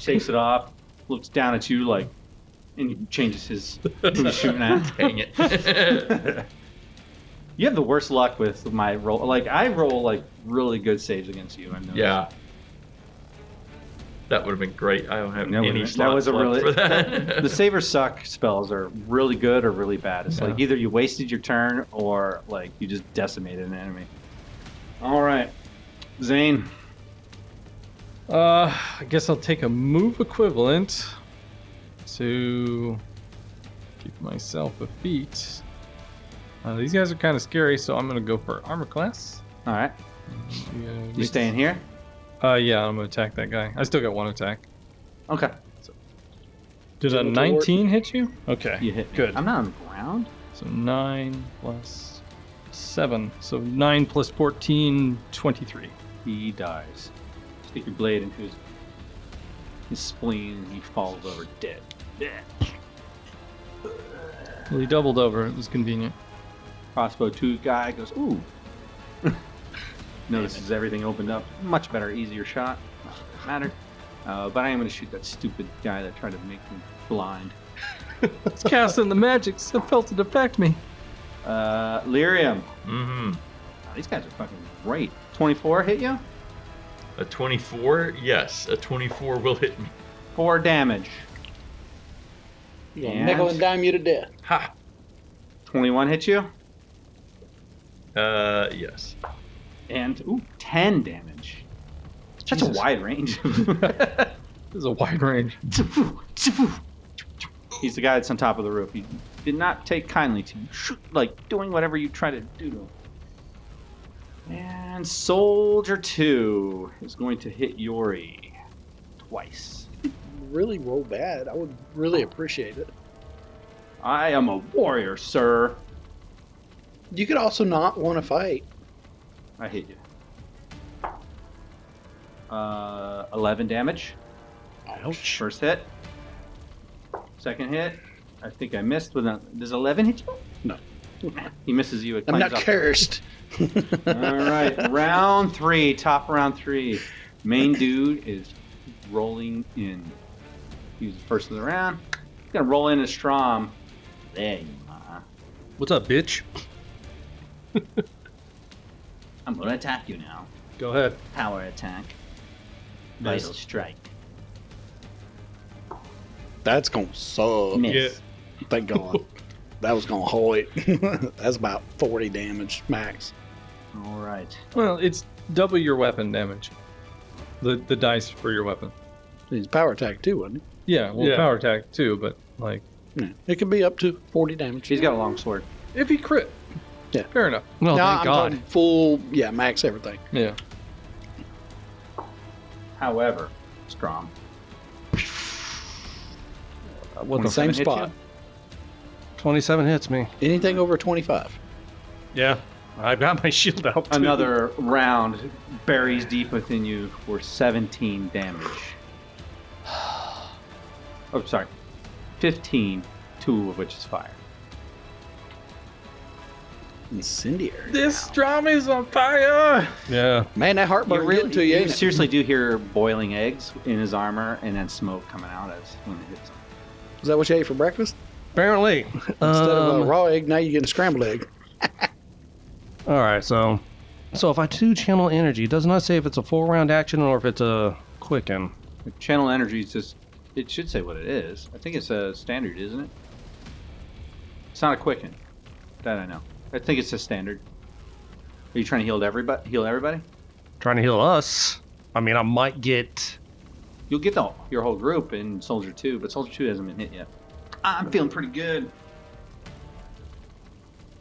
Speaker 1: shakes it off, looks down at you like, and changes his who he's shooting at.
Speaker 6: [laughs] Dang it.
Speaker 1: [laughs] You have the worst luck with my roll. Like I roll like really good saves against you. I know.
Speaker 6: yeah. That would have been great. I don't have
Speaker 1: That would've
Speaker 6: any
Speaker 1: been- that
Speaker 6: slots
Speaker 1: was a
Speaker 6: left
Speaker 1: really-
Speaker 6: for that.
Speaker 1: [laughs] The saver suck spells are really good or really bad. It's like either you wasted your turn or like you just decimated an enemy. All right, Zane.
Speaker 2: Uh, I guess I'll take a move equivalent to give myself a feat. Uh, these guys are kind of scary, so I'm gonna go for armor class.
Speaker 1: All right,
Speaker 2: Yeah,
Speaker 1: you staying here?
Speaker 2: Uh, yeah, I'm gonna attack that guy. I still got one attack.
Speaker 1: Okay,
Speaker 2: Did a
Speaker 3: Total
Speaker 2: 19 hit you? Okay.
Speaker 1: you hit. me.
Speaker 2: Good.
Speaker 1: I'm not on the ground.
Speaker 2: So 9 plus 7. So 9 plus 14, 23.
Speaker 1: He dies. Stick your blade into his, his spleen, and he falls over dead.
Speaker 2: Well, he doubled over. It was convenient.
Speaker 1: Crossbow two guy goes,
Speaker 3: [laughs]
Speaker 1: ooh. Notices everything opened up. Much better, easier shot. Doesn't matter. Uh, but I am going to shoot that stupid guy that tried to make me blind.
Speaker 2: It's casting the magic. [laughs] So felt it affect me.
Speaker 1: Uh, Lyrium.
Speaker 6: mm-hmm.
Speaker 1: Wow, these guys are fucking great. 24 hit you?
Speaker 6: A 24? Yes, a 24 will hit me.
Speaker 1: Four damage.
Speaker 3: You gonna
Speaker 1: Yeah.
Speaker 3: nickel and dime you to death.
Speaker 6: Ha!
Speaker 1: 21 hit you?
Speaker 6: Uh, yes.
Speaker 1: And, ooh, 10 damage. That's
Speaker 2: Jesus.
Speaker 1: a wide range.
Speaker 6: [laughs]
Speaker 2: This is a wide range.
Speaker 1: He's the guy that's on top of the roof. He did not take kindly to shoot, like doing whatever you try to do to him. And Soldier 2 is going to hit Yori twice.
Speaker 3: Really roll bad. I would really appreciate it.
Speaker 1: I am a warrior, sir.
Speaker 3: You could also not want to fight.
Speaker 1: I hate you. Uh, 11 damage.
Speaker 3: Ouch.
Speaker 1: First hit. Second hit. I think I missed with a. Does 11 hit you?
Speaker 3: No.
Speaker 1: He misses you. It
Speaker 3: I'm
Speaker 1: climbs
Speaker 3: not
Speaker 1: up.
Speaker 3: cursed.
Speaker 1: [laughs] All
Speaker 3: [laughs]
Speaker 1: right. Round three. Top round three. Main dude is rolling in. He's the first of the round. He's going to roll in a Strom. There you are.
Speaker 2: What's up, bitch?
Speaker 1: [laughs] I'm going to attack you now.
Speaker 2: Go ahead.
Speaker 1: Power attack.
Speaker 2: Nice.
Speaker 1: Vital strike.
Speaker 3: That's gonna suck.
Speaker 1: Miss.
Speaker 2: Yeah.
Speaker 3: Thank God. that was gonna hold it. [laughs] That's about 40 damage max.
Speaker 1: All right.
Speaker 2: Well, it's double your weapon damage. The the dice for your weapon.
Speaker 3: It's power attack too, wasn't
Speaker 2: Yeah, well,
Speaker 4: Yeah.
Speaker 2: power attack too, but like
Speaker 3: it? Yeah. It can be up to 40 damage.
Speaker 1: She's got a long sword.
Speaker 2: if he crit.
Speaker 3: Yeah.
Speaker 2: Fair enough. Well,
Speaker 3: No,
Speaker 2: thank
Speaker 3: I'm
Speaker 2: God.
Speaker 3: talking full, yeah, max everything.
Speaker 2: Yeah.
Speaker 1: However, Strom.
Speaker 2: What
Speaker 1: the-
Speaker 3: Same
Speaker 1: hit
Speaker 3: spot.
Speaker 2: 27 hits me.
Speaker 3: Anything over 25.
Speaker 4: Yeah, I've got my [laughs] shield out.
Speaker 1: Another round buries deep within you for 17 damage. [sighs] Oh, sorry. 15, two of which is fire.
Speaker 3: Incendiary.
Speaker 2: drama is on fire. Yeah.
Speaker 3: Man, that heartburn really, to you.
Speaker 1: you
Speaker 3: ain't it?
Speaker 1: seriously do hear boiling eggs in his armor and then smoke coming out as when it hits him.
Speaker 3: Is that what you ate for breakfast?
Speaker 2: Apparently.
Speaker 3: Instead of a raw egg, now you're getting a scrambled egg.
Speaker 7: All right, so so if I do channel energy, it does not say if it's a full round action or if it's a quicken.
Speaker 1: The channel energy is just, it should say what it is. I think it's a standard, isn't it? It's not a quicken. That I know. I think it's a standard. Are you trying to heal everybody? Heal everybody?
Speaker 7: Trying to heal us. I mean, I might get.
Speaker 1: You'll get the, your whole group in Soldier 2, but Soldier 2 hasn't been hit yet. I'm feeling pretty good.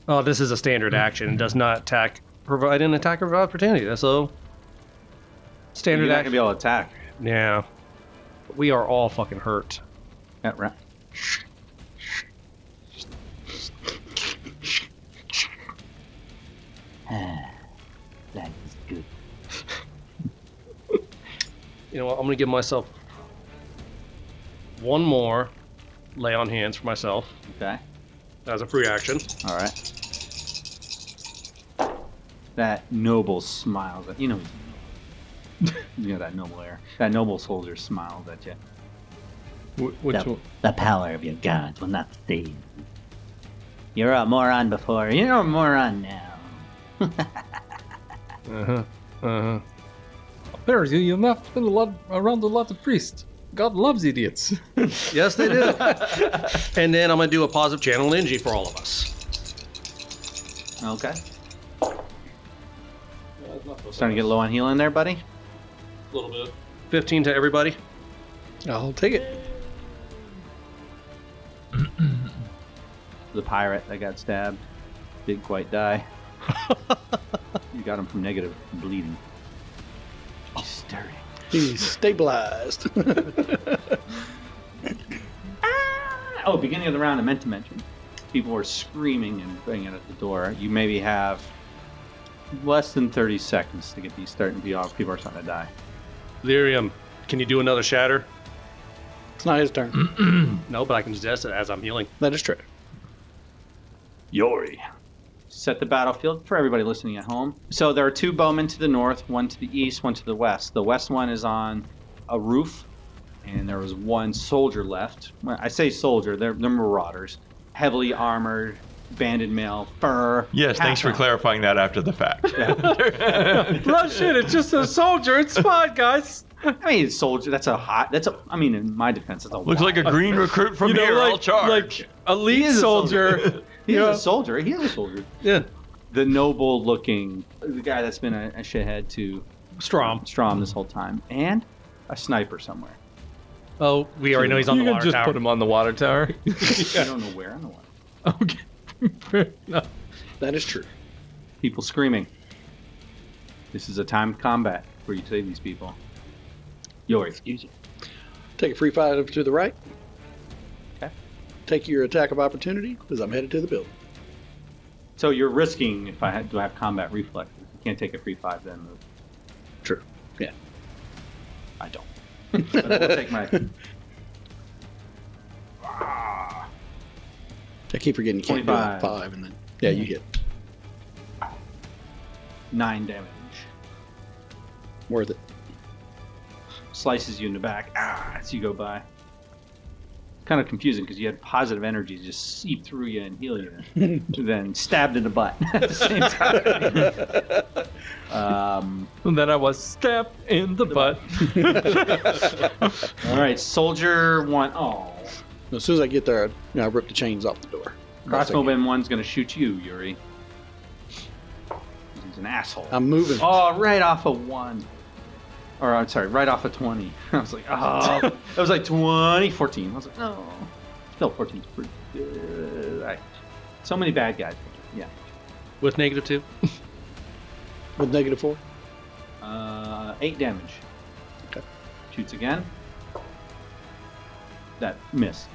Speaker 7: Oh, this is a
Speaker 2: Mm.
Speaker 7: standard action. It does not attack. Provide an attack of opportunity. That's so.
Speaker 1: You're
Speaker 7: Standard
Speaker 1: not going to
Speaker 7: action.
Speaker 1: be able to attack.
Speaker 7: yeah. We are all fucking hurt.
Speaker 1: That ra-
Speaker 7: You know what? I'm gonna give myself one more lay on hands for myself
Speaker 1: Okay.
Speaker 7: as a free action.
Speaker 1: All right. That noble smiles at you know. [laughs] He's noble. you know that noble air. That noble soldier smiles at you.
Speaker 2: Wh- Which
Speaker 1: Yep.
Speaker 2: one?
Speaker 1: The power of your gods will not save you. You were a moron before. You're a moron now.
Speaker 7: Uh huh.
Speaker 2: Uh-huh.
Speaker 7: Uh huh.
Speaker 2: There, you, you have to spend a lot around a lot of priests. God loves [laughs] idiots.
Speaker 7: Yes, they do. [laughs] and then I'm gonna do a positive channel energy for all of us.
Speaker 1: Okay. Starting to get low on healing there, buddy.
Speaker 4: a little bit.
Speaker 7: 15 to everybody.
Speaker 3: I'll take it.
Speaker 1: The pirate that got stabbed didn't quite [laughs] die. you got him from negative bleeding. He's Oh. stirring.
Speaker 3: He's stabilized. [laughs]
Speaker 1: Oh, beginning of the round, I meant to mention. People were screaming and banging at the door. You maybe have less than 30 seconds to get these starting to be off. People are starting to die.
Speaker 7: Lyrium, can you do another shatter?
Speaker 3: it's not his turn.
Speaker 7: No, but I can suggest it as I'm healing.
Speaker 3: That is true.
Speaker 1: Yori. Set the battlefield for everybody listening at home. So there are two bowmen to the north, one to the east, one to the west. The west one is on a roof, and there was one soldier left. When I say soldier, they're, they're marauders. Heavily armored, banded mail, fur.
Speaker 5: Yes, thanks
Speaker 6: [laughs]
Speaker 5: for
Speaker 1: half-elf.
Speaker 5: clarifying that after the fact.
Speaker 2: no shit, it's just a soldier. It's fine, guys.
Speaker 1: I mean, soldier. That's a hot. That's a. I mean, in my defense, that's a.
Speaker 5: [laughs] Looks like a green recruit from
Speaker 2: You know,
Speaker 5: here. I'll
Speaker 2: like,
Speaker 5: charge.
Speaker 2: like elite
Speaker 1: He is a
Speaker 2: soldier. [laughs]
Speaker 1: He's
Speaker 2: yeah.
Speaker 1: a soldier. He is a soldier.
Speaker 7: Yeah.
Speaker 1: The noble-looking, the guy that's been a, a shithead to
Speaker 5: Um.
Speaker 7: Strom.
Speaker 1: Strom this whole time, and a sniper somewhere.
Speaker 7: Oh, we already know he's on
Speaker 2: you
Speaker 7: the
Speaker 2: can
Speaker 7: water
Speaker 2: just
Speaker 7: tower.
Speaker 2: put him on the water [laughs] tower.
Speaker 1: I don't know where. I don't know. Where.
Speaker 2: okay. Fair enough.
Speaker 3: That is true.
Speaker 1: People screaming. This is a timed combat where you save these people. Yours.
Speaker 3: Take a free five over to the right.
Speaker 1: Okay.
Speaker 3: take your attack of opportunity because I'm headed to the building.
Speaker 1: So you're risking if I had, do I have combat reflexes. You can't take a free five then move.
Speaker 3: True. Yeah.
Speaker 1: I don't. But I'll take my. [laughs]
Speaker 3: I keep forgetting you can't do a
Speaker 1: 25.
Speaker 3: five, and then yeah, you hit.
Speaker 1: nine damage.
Speaker 3: Worth it.
Speaker 1: Slices you in the back ah, as you go by. Kind of confusing because you had positive energy just seep through you and heal
Speaker 3: [laughs]
Speaker 1: you, then stabbed in the butt at the same time.
Speaker 3: [laughs]
Speaker 1: um,
Speaker 2: And then I was stabbed in the butt.
Speaker 1: all right, soldier one. Oh,
Speaker 3: As soon as I get there, I, you know, I rip the chains off the door.
Speaker 1: crossbowman one's gonna shoot you, Yuri. He's an asshole.
Speaker 3: I'm moving.
Speaker 1: Oh, right off a one. Or I'm sorry, right off a 20. [laughs] I was like, oh. that was like 20, 14. I was like, no. Still 14 's pretty good. I- so many bad guys. Yeah.
Speaker 4: With negative two?
Speaker 3: With negative four.
Speaker 1: Uh, eight damage.
Speaker 3: Okay.
Speaker 1: Shoots again. That miss.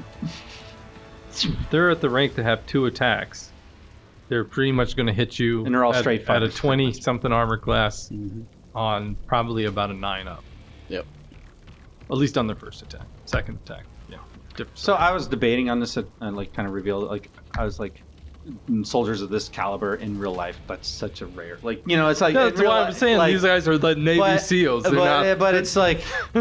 Speaker 2: They're at the rank to have two attacks. They're pretty much going to hit you.
Speaker 1: And they're all
Speaker 2: at-
Speaker 1: straight
Speaker 2: at a
Speaker 1: fires.
Speaker 2: twenty something armor class
Speaker 3: Mm-hmm.
Speaker 2: on probably about a nine up.
Speaker 3: Yep.
Speaker 2: At least on their first attack. Second attack. Yeah. Different.
Speaker 1: So I was debating on this uh, and like kind of revealed like I was like mm, soldiers of this caliber in real life that's such a rare like you know it's like in
Speaker 2: That's
Speaker 1: real
Speaker 2: why
Speaker 1: li-
Speaker 2: I'm saying
Speaker 1: like-
Speaker 2: these guys are the Navy
Speaker 1: but-
Speaker 2: SEALs. They're
Speaker 1: but, eh,
Speaker 2: not.
Speaker 1: but it's like
Speaker 2: [laughs]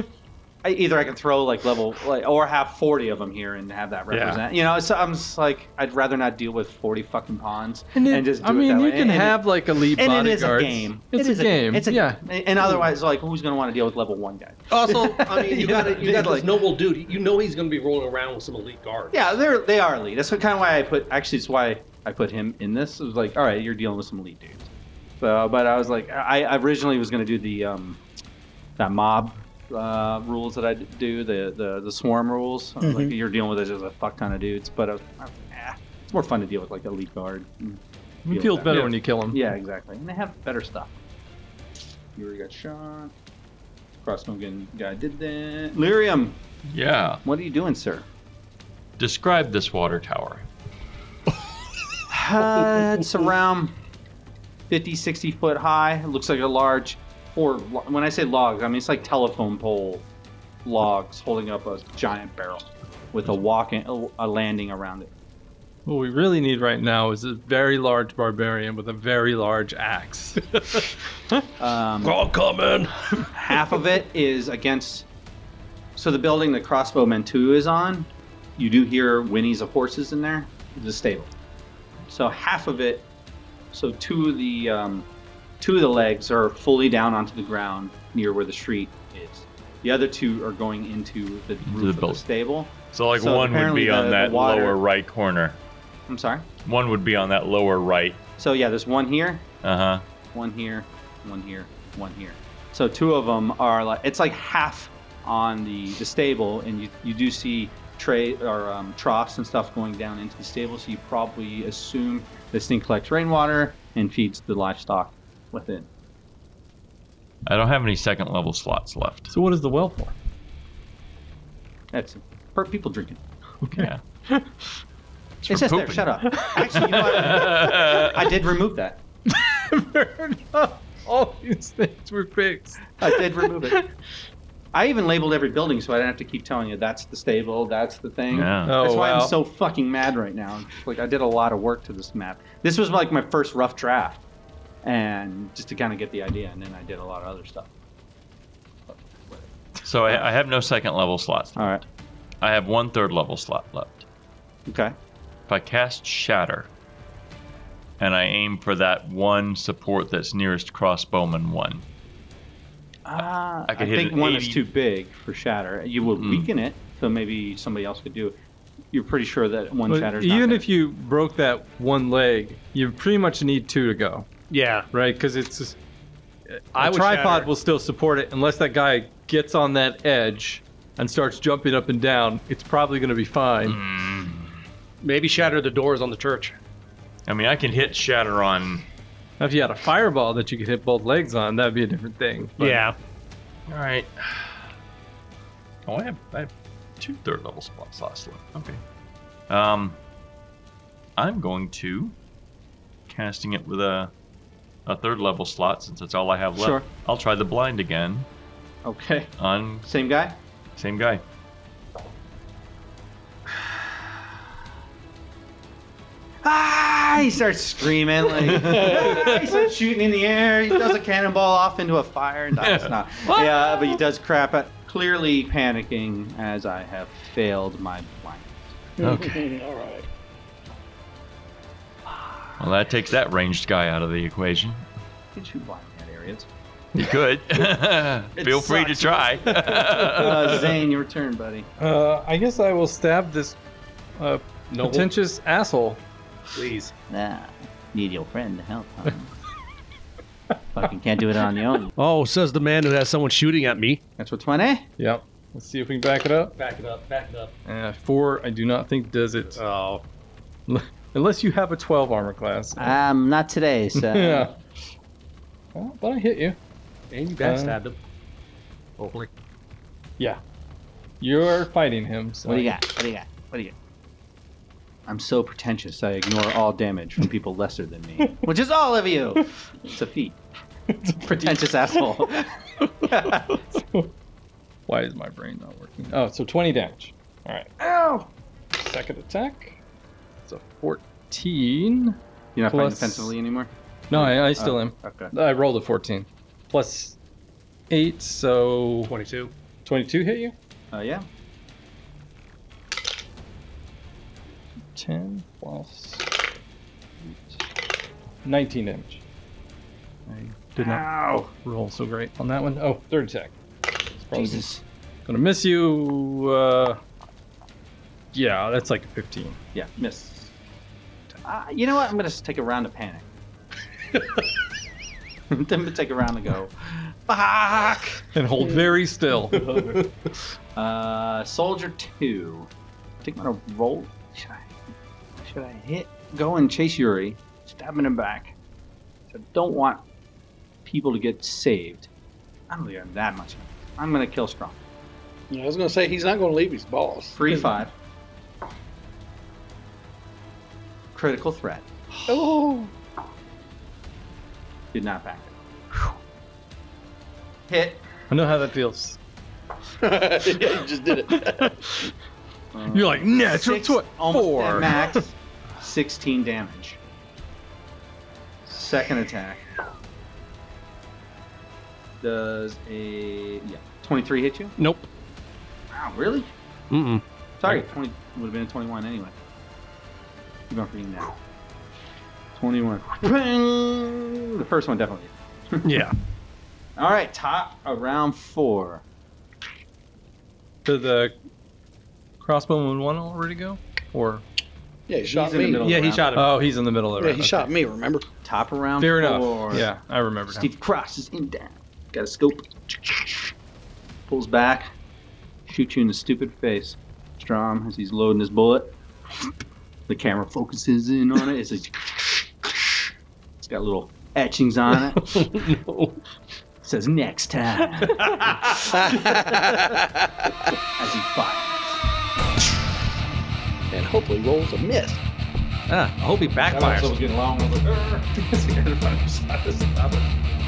Speaker 1: I, either I can throw like level like or have forty of them here and have that represent. You know, so I'm just like I'd rather not deal with forty fucking pawns and, just do
Speaker 2: I mean,
Speaker 1: it that
Speaker 2: you
Speaker 1: way.
Speaker 2: can
Speaker 1: And- and it-
Speaker 2: have like elite
Speaker 1: and it is a
Speaker 2: bodyguards.
Speaker 1: game. It
Speaker 2: It's a
Speaker 1: is
Speaker 2: game.
Speaker 1: It's a
Speaker 2: yeah.
Speaker 1: And, and otherwise, like, who's gonna want to deal with level one guys?
Speaker 4: Also, [laughs] I mean, you
Speaker 1: Yeah,
Speaker 4: got you
Speaker 1: dude,
Speaker 4: got
Speaker 1: like-
Speaker 4: this noble dude. You know he's going to be rolling around with some elite guards.
Speaker 1: Yeah, they're they are elite. That's kind of why I put. Actually, it's why I put him in this. It was like, all right, you're dealing with some elite dudes. So, but I was like, I, I originally was gonna do the um, that mob uh, rules that I d- do, the the, the swarm rules. I was Like you're dealing with just a fuck ton of dudes. But I was, I was like, ah, it's more fun to deal with like the elite guard. Mm.
Speaker 2: It
Speaker 1: Feel
Speaker 2: feels
Speaker 1: that.
Speaker 2: better
Speaker 1: Yeah.
Speaker 2: when you kill them.
Speaker 1: Yeah, exactly. And they have better stuff. You already got shot. Crossmogan guy did that. Lyrium,
Speaker 5: Yeah.
Speaker 1: what are you doing, sir?
Speaker 5: Describe this water tower.
Speaker 1: Uh, it's around 50, 60 foot high. It looks like a large, or lo- when I say logs, I mean it's like telephone pole logs holding up a giant barrel with a walk in, a landing around it.
Speaker 2: What we really need right now is a very large barbarian with a very large [laughs] axe.
Speaker 1: Um,
Speaker 6: I'll come in.
Speaker 1: half of it is against. So the building the crossbowman two is on, you do hear whinnies of horses in there. The stable. So half of it, so two of the um, two of the legs are fully down onto the ground near where the street is. The other two are going into the
Speaker 5: the
Speaker 1: roof of the
Speaker 5: building.
Speaker 1: stable.
Speaker 6: So like
Speaker 1: So
Speaker 6: one would
Speaker 1: apparently
Speaker 6: be
Speaker 1: the-
Speaker 6: on
Speaker 1: the
Speaker 6: that
Speaker 1: water-
Speaker 6: lower right corner.
Speaker 1: I'm sorry.
Speaker 6: One would be on that lower right.
Speaker 1: So yeah, there's one here,
Speaker 6: Uh huh.
Speaker 1: one here, one here, one here. So two of them are like it's like half on the, the stable, and you you do see tray or um, troughs and stuff going down into the stable. So you probably assume this thing collects rainwater and feeds the livestock within.
Speaker 5: I don't have any second level slots left.
Speaker 2: so what is the well for?
Speaker 1: [laughs] That's for people drinking.
Speaker 5: Yeah.
Speaker 1: It's,
Speaker 5: for
Speaker 1: just there.
Speaker 5: pooping.
Speaker 1: Shut up. Actually, you know
Speaker 5: [laughs]
Speaker 1: what? I did remove that.
Speaker 2: All these things were fixed.
Speaker 1: I did remove
Speaker 5: [laughs]
Speaker 1: it. I even labeled every building so I didn't have to keep telling you that's the stable, that's the thing.
Speaker 5: Yeah.
Speaker 2: Oh,
Speaker 1: That's why
Speaker 2: wow.
Speaker 1: I'm so fucking mad right now. Like I did a lot of work to this map. This was like my first rough draft, and just to kind of get the idea, and then I did a lot of other stuff.
Speaker 5: So I, I have no second level slots.
Speaker 1: All right.
Speaker 5: I have one third level slot left.
Speaker 1: Okay.
Speaker 5: If I cast Shatter and I aim for that one support that's nearest crossbowman one,
Speaker 1: Uh, I,
Speaker 5: I could hit
Speaker 1: think
Speaker 5: an
Speaker 1: one is
Speaker 5: 80.
Speaker 1: too big for shatter. You will
Speaker 5: Mm.
Speaker 1: weaken it, so maybe somebody else could do. it. You're pretty sure that one
Speaker 2: But
Speaker 1: shatters.
Speaker 2: even if you broke that one leg, you pretty much need two to go,
Speaker 4: Yeah.
Speaker 2: right? Because it's just,
Speaker 4: I
Speaker 2: a
Speaker 4: would
Speaker 2: tripod
Speaker 4: shatter.
Speaker 2: will still support it unless that guy gets on that edge and starts jumping up and down. It's probably going to be fine.
Speaker 4: Maybe shatter the doors on the church.
Speaker 6: I mean, I can hit shatter on.
Speaker 2: Now, if you had a fireball that you could hit both legs on, that'd be a different thing. But
Speaker 4: yeah.
Speaker 5: All right. Oh, I have, I have two third level spot slots left. Okay. Um, I'm going to casting it with a a third level slot since that's all I have left.
Speaker 1: Sure.
Speaker 5: I'll try the blind again
Speaker 1: Okay.
Speaker 5: on
Speaker 1: Same guy?
Speaker 5: same guy.
Speaker 1: Ah! He starts screaming. Like, ah, he starts shooting in the air. He does a cannonball off into a fire. No, it's not. Yeah, but he does crap at clearly panicking as I have failed my blind.
Speaker 7: Okay.
Speaker 3: [laughs] All right.
Speaker 5: Well, that takes that ranged guy out of the equation.
Speaker 1: Did you blind that areas?
Speaker 5: You could. [laughs] Feel free to try.
Speaker 3: [laughs]
Speaker 1: Uh, Zane, your turn, buddy.
Speaker 2: Uh, I guess I will stab this uh,
Speaker 4: Noble.
Speaker 2: pretentious asshole.
Speaker 4: Please.
Speaker 1: Nah, need your friend to help. Huh? Fucking can't do it on your own.
Speaker 7: Oh, says the man who has someone shooting at me.
Speaker 1: That's what 20.
Speaker 2: Yep. Let's see if we can back it up.
Speaker 4: Back it up. Back it up.
Speaker 2: Uh, four, I do not think does it.
Speaker 4: Oh.
Speaker 2: [laughs] Unless you have a 12 armor class.
Speaker 1: Um, not today, so.
Speaker 2: [laughs] yeah. Well, but I hit you.
Speaker 4: And you
Speaker 2: backstabbed
Speaker 4: backstabbed him. Oh, Hopefully.
Speaker 2: You're fighting him. So
Speaker 1: What do you got? What do you got? What do you got? I'm so pretentious. I ignore all damage from people lesser than me, [laughs] which is all of you. It's a feat.
Speaker 2: [laughs]
Speaker 1: Pretentious [laughs] asshole.
Speaker 2: Why is my brain not working? Oh, so 20 damage. All right.
Speaker 1: Ow!
Speaker 2: Second attack. It's a 14.
Speaker 1: You're not fighting
Speaker 2: Plus-
Speaker 1: defensively anymore.
Speaker 2: No, I, I still
Speaker 1: Oh.
Speaker 4: Uh,
Speaker 2: am.
Speaker 1: Okay.
Speaker 2: I rolled a 14. Plus 8, so
Speaker 4: 22.
Speaker 2: 22 hit you?
Speaker 1: Oh yeah.
Speaker 2: 10 plus 8. 19 damage. I did not
Speaker 1: Ow!
Speaker 2: roll so great on that one. Oh, third attack. It's probably
Speaker 1: Jesus.
Speaker 2: Gonna miss you. Uh, yeah, that's like a 15.
Speaker 1: Yeah, miss. Uh, you know what? I'm gonna s- take a round to
Speaker 2: [laughs]
Speaker 1: panic. [laughs] I'm gonna take a round to go. Ah! Fuck.
Speaker 2: [laughs] And hold very still.
Speaker 1: Uh, soldier two. I think I'm gonna roll. Should I, should I hit? Go and chase Yuri. Stab him in the back. I don't want people to get saved. I don't think I'm that much. I'm gonna kill strong.
Speaker 3: Yeah, I was gonna say he's not gonna leave his boss.
Speaker 1: Three
Speaker 3: [laughs]
Speaker 1: five. Critical threat.
Speaker 3: Oh,
Speaker 1: Did not back it. Hit.
Speaker 2: I know how that feels.
Speaker 3: yeah, you just did it.
Speaker 2: You're like, natural
Speaker 1: Six,
Speaker 2: twi-
Speaker 1: almost at
Speaker 2: four.
Speaker 1: max.
Speaker 2: [laughs]
Speaker 1: 16 damage. Second attack. Does a yeah 23 hit you?
Speaker 7: Nope.
Speaker 1: Wow, really?
Speaker 7: Mm-mm.
Speaker 1: Sorry, 20 would have been a 21 anyway. Keep on forgetting that. 21. Bang! The first one definitely. [laughs]
Speaker 7: Yeah.
Speaker 1: All right, top of round four.
Speaker 2: Did the crossbowman one already go? Or
Speaker 3: Yeah, he
Speaker 1: He's
Speaker 3: shot
Speaker 1: in the
Speaker 3: me.
Speaker 1: middle.
Speaker 3: Yeah,
Speaker 1: Yeah, he
Speaker 2: shot him. Oh, he's in the middle of it.
Speaker 3: he shot me. [laughs] Remember?
Speaker 1: Top of round
Speaker 2: Fair
Speaker 1: four.
Speaker 2: enough. Yeah, I remember. now.
Speaker 1: Steve Cross is in down. Got a scope. Pulls back. Shoots you in the stupid face. Strom, as he's loading his bullet, the camera focuses in on it. It's, like, it's got little etchings on it. Says next time as he fires.
Speaker 3: and hopefully rolls a miss.
Speaker 7: Ah, I hope he backfires.
Speaker 1: [laughs]
Speaker 4: getting long. I was like, "Arr." I gotta find a shot to stop it.